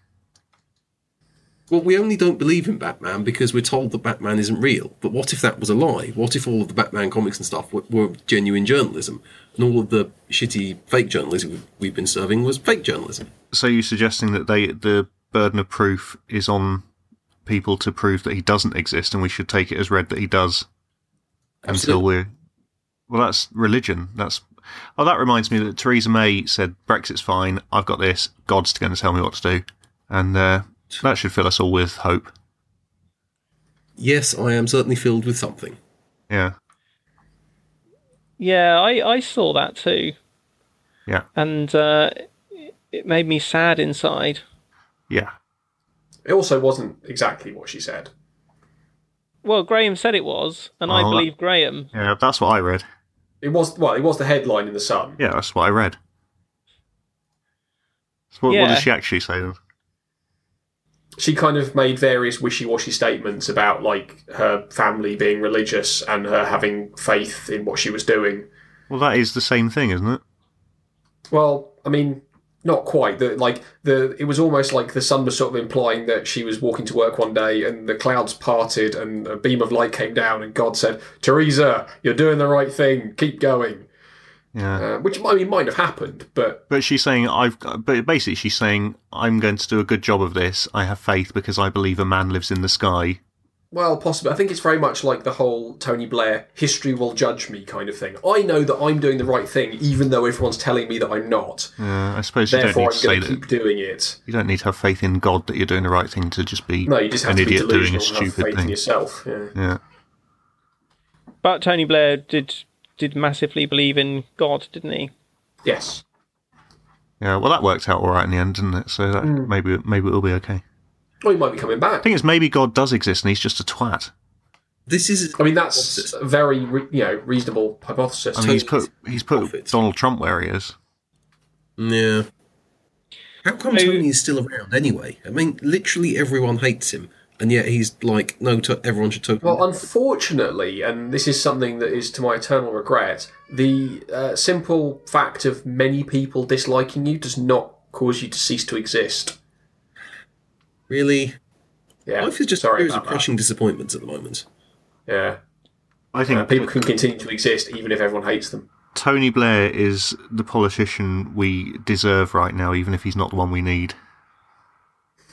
Speaker 2: Well, we only don't believe in Batman because we're told that Batman isn't real. But what if that was a lie? What if all of the Batman comics and stuff were, were genuine journalism, and all of the shitty fake journalism we've- we've been serving was fake journalism?
Speaker 4: So you're suggesting that they the burden of proof is on people to prove that he doesn't exist, and we should take it as read that he does until
Speaker 2: Absolutely.
Speaker 4: we're. Well, that's religion. That's. Oh, that reminds me that Theresa May said Brexit's fine. I've got this. God's going to tell me what to do, and uh, that should fill us all with hope.
Speaker 2: Yes, I am certainly filled with something.
Speaker 4: Yeah,
Speaker 1: Yeah, I, I saw that too,
Speaker 4: yeah,
Speaker 1: and uh, it made me sad inside.
Speaker 4: yeah.
Speaker 3: It also wasn't exactly what she said.
Speaker 1: Well, Graham said it was, and I
Speaker 4: Oh, that-
Speaker 1: believe Graham.
Speaker 4: Yeah, that's what I read.
Speaker 3: It was well, it was the headline in the Sun.
Speaker 4: Yeah, that's what I read. So what, what
Speaker 1: Yeah.
Speaker 4: does she actually say then?
Speaker 3: She kind of made various wishy-washy statements about like her family being religious and her having faith in what she was doing.
Speaker 4: Well, that is the same thing, isn't it?
Speaker 3: Well, I mean, not quite. The, like the, it was almost like the sun was sort of implying that she was walking to work one day, and the clouds parted, and a beam of light came down, and God said, "Teresa, you're doing the right thing. Keep going."
Speaker 4: Yeah.
Speaker 3: Uh, which I mean might have happened, but
Speaker 4: But she's saying I've. But basically, she's saying I'm going to do a good job of this. I have faith because I believe a man lives in the sky.
Speaker 3: well, possibly. I think it's very much like the whole Tony Blair "history will judge me" kind of thing. I know that I'm doing the right thing, even though everyone's telling me that I'm not.
Speaker 4: Yeah, I suppose you don't
Speaker 3: Therefore,
Speaker 4: need to
Speaker 3: I'm
Speaker 4: say
Speaker 3: going
Speaker 4: that.
Speaker 3: to keep doing it.
Speaker 4: You don't need to have faith in God that you're doing the right thing to just be
Speaker 3: No, you just have
Speaker 4: an
Speaker 3: to be
Speaker 4: idiot
Speaker 3: delusional and
Speaker 4: doing a
Speaker 3: have faith
Speaker 4: stupid
Speaker 3: in
Speaker 4: thing.
Speaker 3: yourself. Yeah.
Speaker 4: Yeah.
Speaker 1: But Tony Blair did did massively believe in God, didn't he?
Speaker 3: Yes.
Speaker 4: Yeah. Well, that worked out all right in the end, didn't it? So that,
Speaker 3: Hmm.
Speaker 4: maybe maybe it'll be okay.
Speaker 3: Well, you might be coming back.
Speaker 4: The thing is, maybe God does exist and he's just a twat.
Speaker 2: This is.
Speaker 3: I mean, that's a very re- you know reasonable hypothesis.
Speaker 4: I mean, he's
Speaker 2: Totally
Speaker 4: put he's put
Speaker 2: profit.
Speaker 4: Donald Trump where he is.
Speaker 2: Yeah. How come
Speaker 1: So-
Speaker 2: Tony is still around anyway? I mean, literally everyone hates him, and yet he's like, no, to- everyone should totally.
Speaker 3: well, unfortunately, and this is something that is to my eternal regret, the uh, simple fact of many people disliking you does not cause you to cease to exist.
Speaker 2: really,
Speaker 3: Yeah,
Speaker 2: life is just a
Speaker 3: sorry
Speaker 2: series of
Speaker 3: about that.
Speaker 2: crushing disappointments at the moment.
Speaker 3: Yeah,
Speaker 4: I think
Speaker 3: Uh, people can continue to exist even if everyone hates them.
Speaker 4: Tony Blair is the politician we deserve right now, even if he's not the one we need.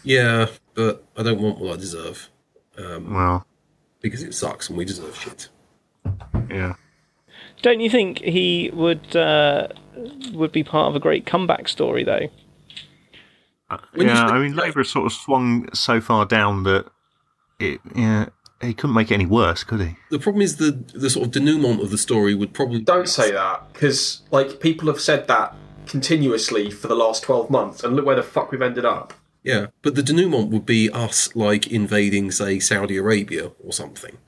Speaker 2: Yeah, but I don't want what I deserve
Speaker 4: Well,
Speaker 2: because it sucks and we deserve shit.
Speaker 4: yeah.
Speaker 1: Don't you think he would uh, would be part of a great comeback story though?
Speaker 2: When you
Speaker 4: yeah,
Speaker 2: think-
Speaker 4: I mean, Labour has sort of swung so far down that it, yeah, he couldn't make it any worse, could he?
Speaker 2: The problem is the the sort of denouement of the story would probably
Speaker 3: Don't say that because like people have said that continuously for the last twelve months, and look where the fuck we've ended up.
Speaker 2: Yeah, but the denouement would be us like invading, say, Saudi Arabia or something.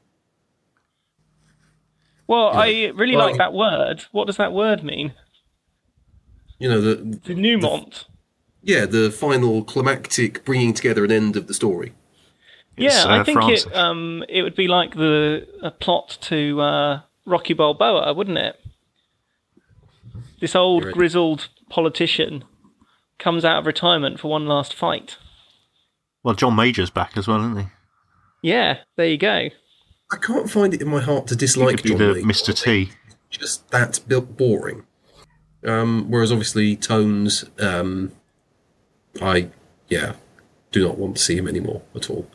Speaker 1: Well, I really
Speaker 3: Well-
Speaker 1: like that word. What does that word mean?
Speaker 2: You know, the
Speaker 1: Denouement.
Speaker 2: yeah, the final climactic bringing together an end of the story.
Speaker 4: It's,
Speaker 1: yeah, I
Speaker 4: uh,
Speaker 1: think
Speaker 4: Francis.
Speaker 1: it um it would be like the a plot to uh, Rocky Balboa, wouldn't it? This old
Speaker 2: You're right.
Speaker 1: grizzled politician comes out of retirement for one last fight.
Speaker 4: Well, John Major's back as well, isn't he?
Speaker 1: Yeah, there you go.
Speaker 2: I can't find it in my heart to
Speaker 4: He
Speaker 2: dislike
Speaker 4: could be
Speaker 2: John
Speaker 4: the
Speaker 2: Lee.
Speaker 4: Mr. T.
Speaker 2: Just that built boring. Um, whereas obviously Tones um, I, yeah, do not want to see him anymore at all.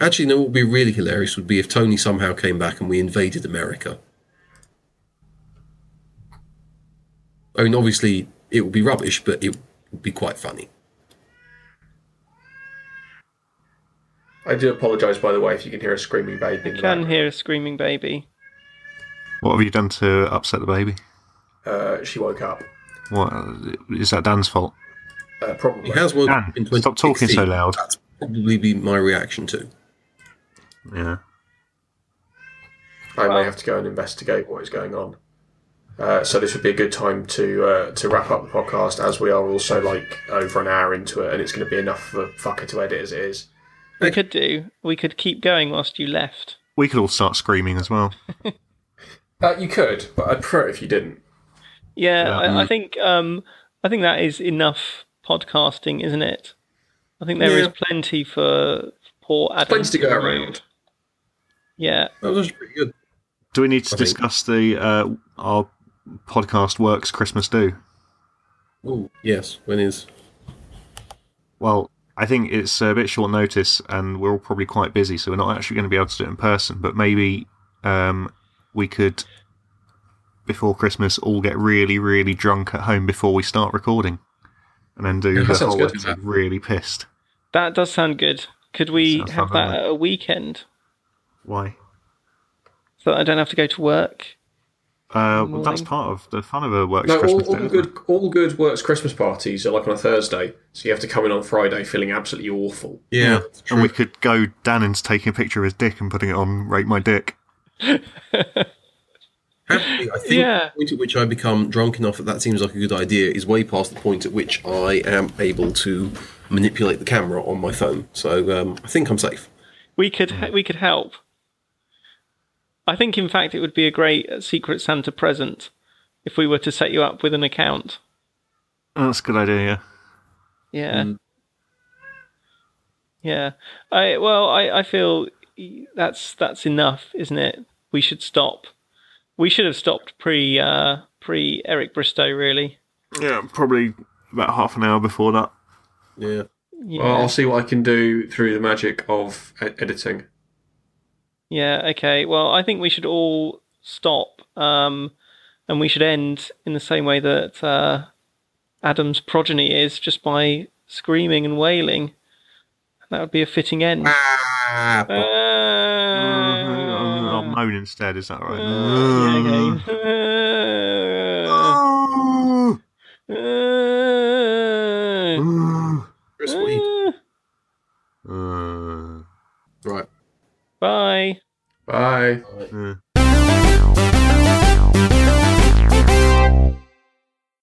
Speaker 2: Actually, no, what would be really hilarious would be if Tony somehow came back and we invaded America. I mean, obviously, it would be rubbish, but it would be quite funny.
Speaker 3: I do apologise, by the way, if you can hear a screaming baby. in the
Speaker 1: Can
Speaker 3: background.
Speaker 1: hear a screaming baby.
Speaker 4: What have you done to upset the baby?
Speaker 3: Uh, she woke up.
Speaker 4: What is that Dan's fault?
Speaker 3: Uh, probably.
Speaker 2: He has woken
Speaker 4: Dan,
Speaker 2: up in
Speaker 4: stop talking
Speaker 2: 2016.
Speaker 4: so loud.
Speaker 2: That's probably be my reaction to.
Speaker 4: Yeah.
Speaker 3: I may have to go and investigate what is going on. Uh, so this would be a good time to uh, to wrap up the podcast, as we are also like over an hour into it, and it's going to be enough for fucker to edit as it is.
Speaker 1: We could do. We could keep going whilst you left.
Speaker 4: We could all start screaming as well.
Speaker 3: Uh, you could, but I'd prefer it if you didn't.
Speaker 1: Yeah,
Speaker 3: mm.
Speaker 1: I, I think um, I think that is enough podcasting, isn't it? I think there is
Speaker 2: Yeah.
Speaker 1: plenty for poor Adam.
Speaker 3: Plenty to go
Speaker 1: do.
Speaker 3: around.
Speaker 1: Yeah,
Speaker 2: That was pretty good.
Speaker 4: Do we need to
Speaker 2: I think-
Speaker 4: discuss the uh, our podcast works Christmas do?
Speaker 2: Oh, yes, when is.
Speaker 4: Well, I think it's a bit short notice, and we're all probably quite busy, so we're not actually going to be able to do it in person. But maybe um, we could, before Christmas, all get really, really drunk at home before we start recording, and then do
Speaker 3: that
Speaker 4: the
Speaker 3: sounds
Speaker 4: whole
Speaker 3: good.
Speaker 4: episode really pissed.
Speaker 1: that does sound good. Could we
Speaker 4: Sounds
Speaker 1: have
Speaker 4: fun,
Speaker 1: that
Speaker 4: doesn't
Speaker 1: at a weekend
Speaker 4: Why?
Speaker 1: so that I don't have to go to work?
Speaker 4: Uh, well, that's
Speaker 1: Morning.
Speaker 4: part of the fun of a works
Speaker 3: No, all,
Speaker 4: Christmas do,
Speaker 3: all
Speaker 4: isn't it?
Speaker 3: good all good works Christmas parties are like on a Thursday, so you have to come in on Friday feeling absolutely awful.
Speaker 2: Yeah, that's
Speaker 4: And
Speaker 2: true.
Speaker 4: we could go down and taking a picture of his dick and putting it on Rate My Dick.
Speaker 2: Happily, I think
Speaker 1: Yeah.
Speaker 2: the point at which I become drunk enough that that seems like a good idea is way past the point at which I am able to manipulate the camera on my phone. So um, I think I'm safe.
Speaker 1: We could
Speaker 3: Mm.
Speaker 1: he- we could help. I think, in fact, it would be a great Secret Santa present if we were to set you up with an account.
Speaker 4: That's a good idea,
Speaker 1: Yeah.
Speaker 4: yeah.
Speaker 1: Yeah. I well, I I feel that's that's enough, isn't it? We should stop. We should have stopped pre uh pre Eric Bristow really.
Speaker 4: Yeah, probably about half an hour before that.
Speaker 2: Yeah.
Speaker 1: Yeah.
Speaker 3: Well, I'll see what I can do through the magic of e- editing.
Speaker 1: Yeah, okay. Well, I think we should all stop um and we should end in the same way that uh Adam's progeny is just by screaming and wailing. That would be a fitting end. Uh,
Speaker 2: Ah, but
Speaker 3: Uh,
Speaker 4: Mm, I'll, I'll
Speaker 1: Ah.
Speaker 4: moan instead, is that all right? Uh,
Speaker 1: Yeah,
Speaker 4: *laughs*
Speaker 1: okay.
Speaker 2: Chris Weed.
Speaker 4: Uh,
Speaker 2: Right.
Speaker 1: Bye.
Speaker 3: Bye.
Speaker 4: uh.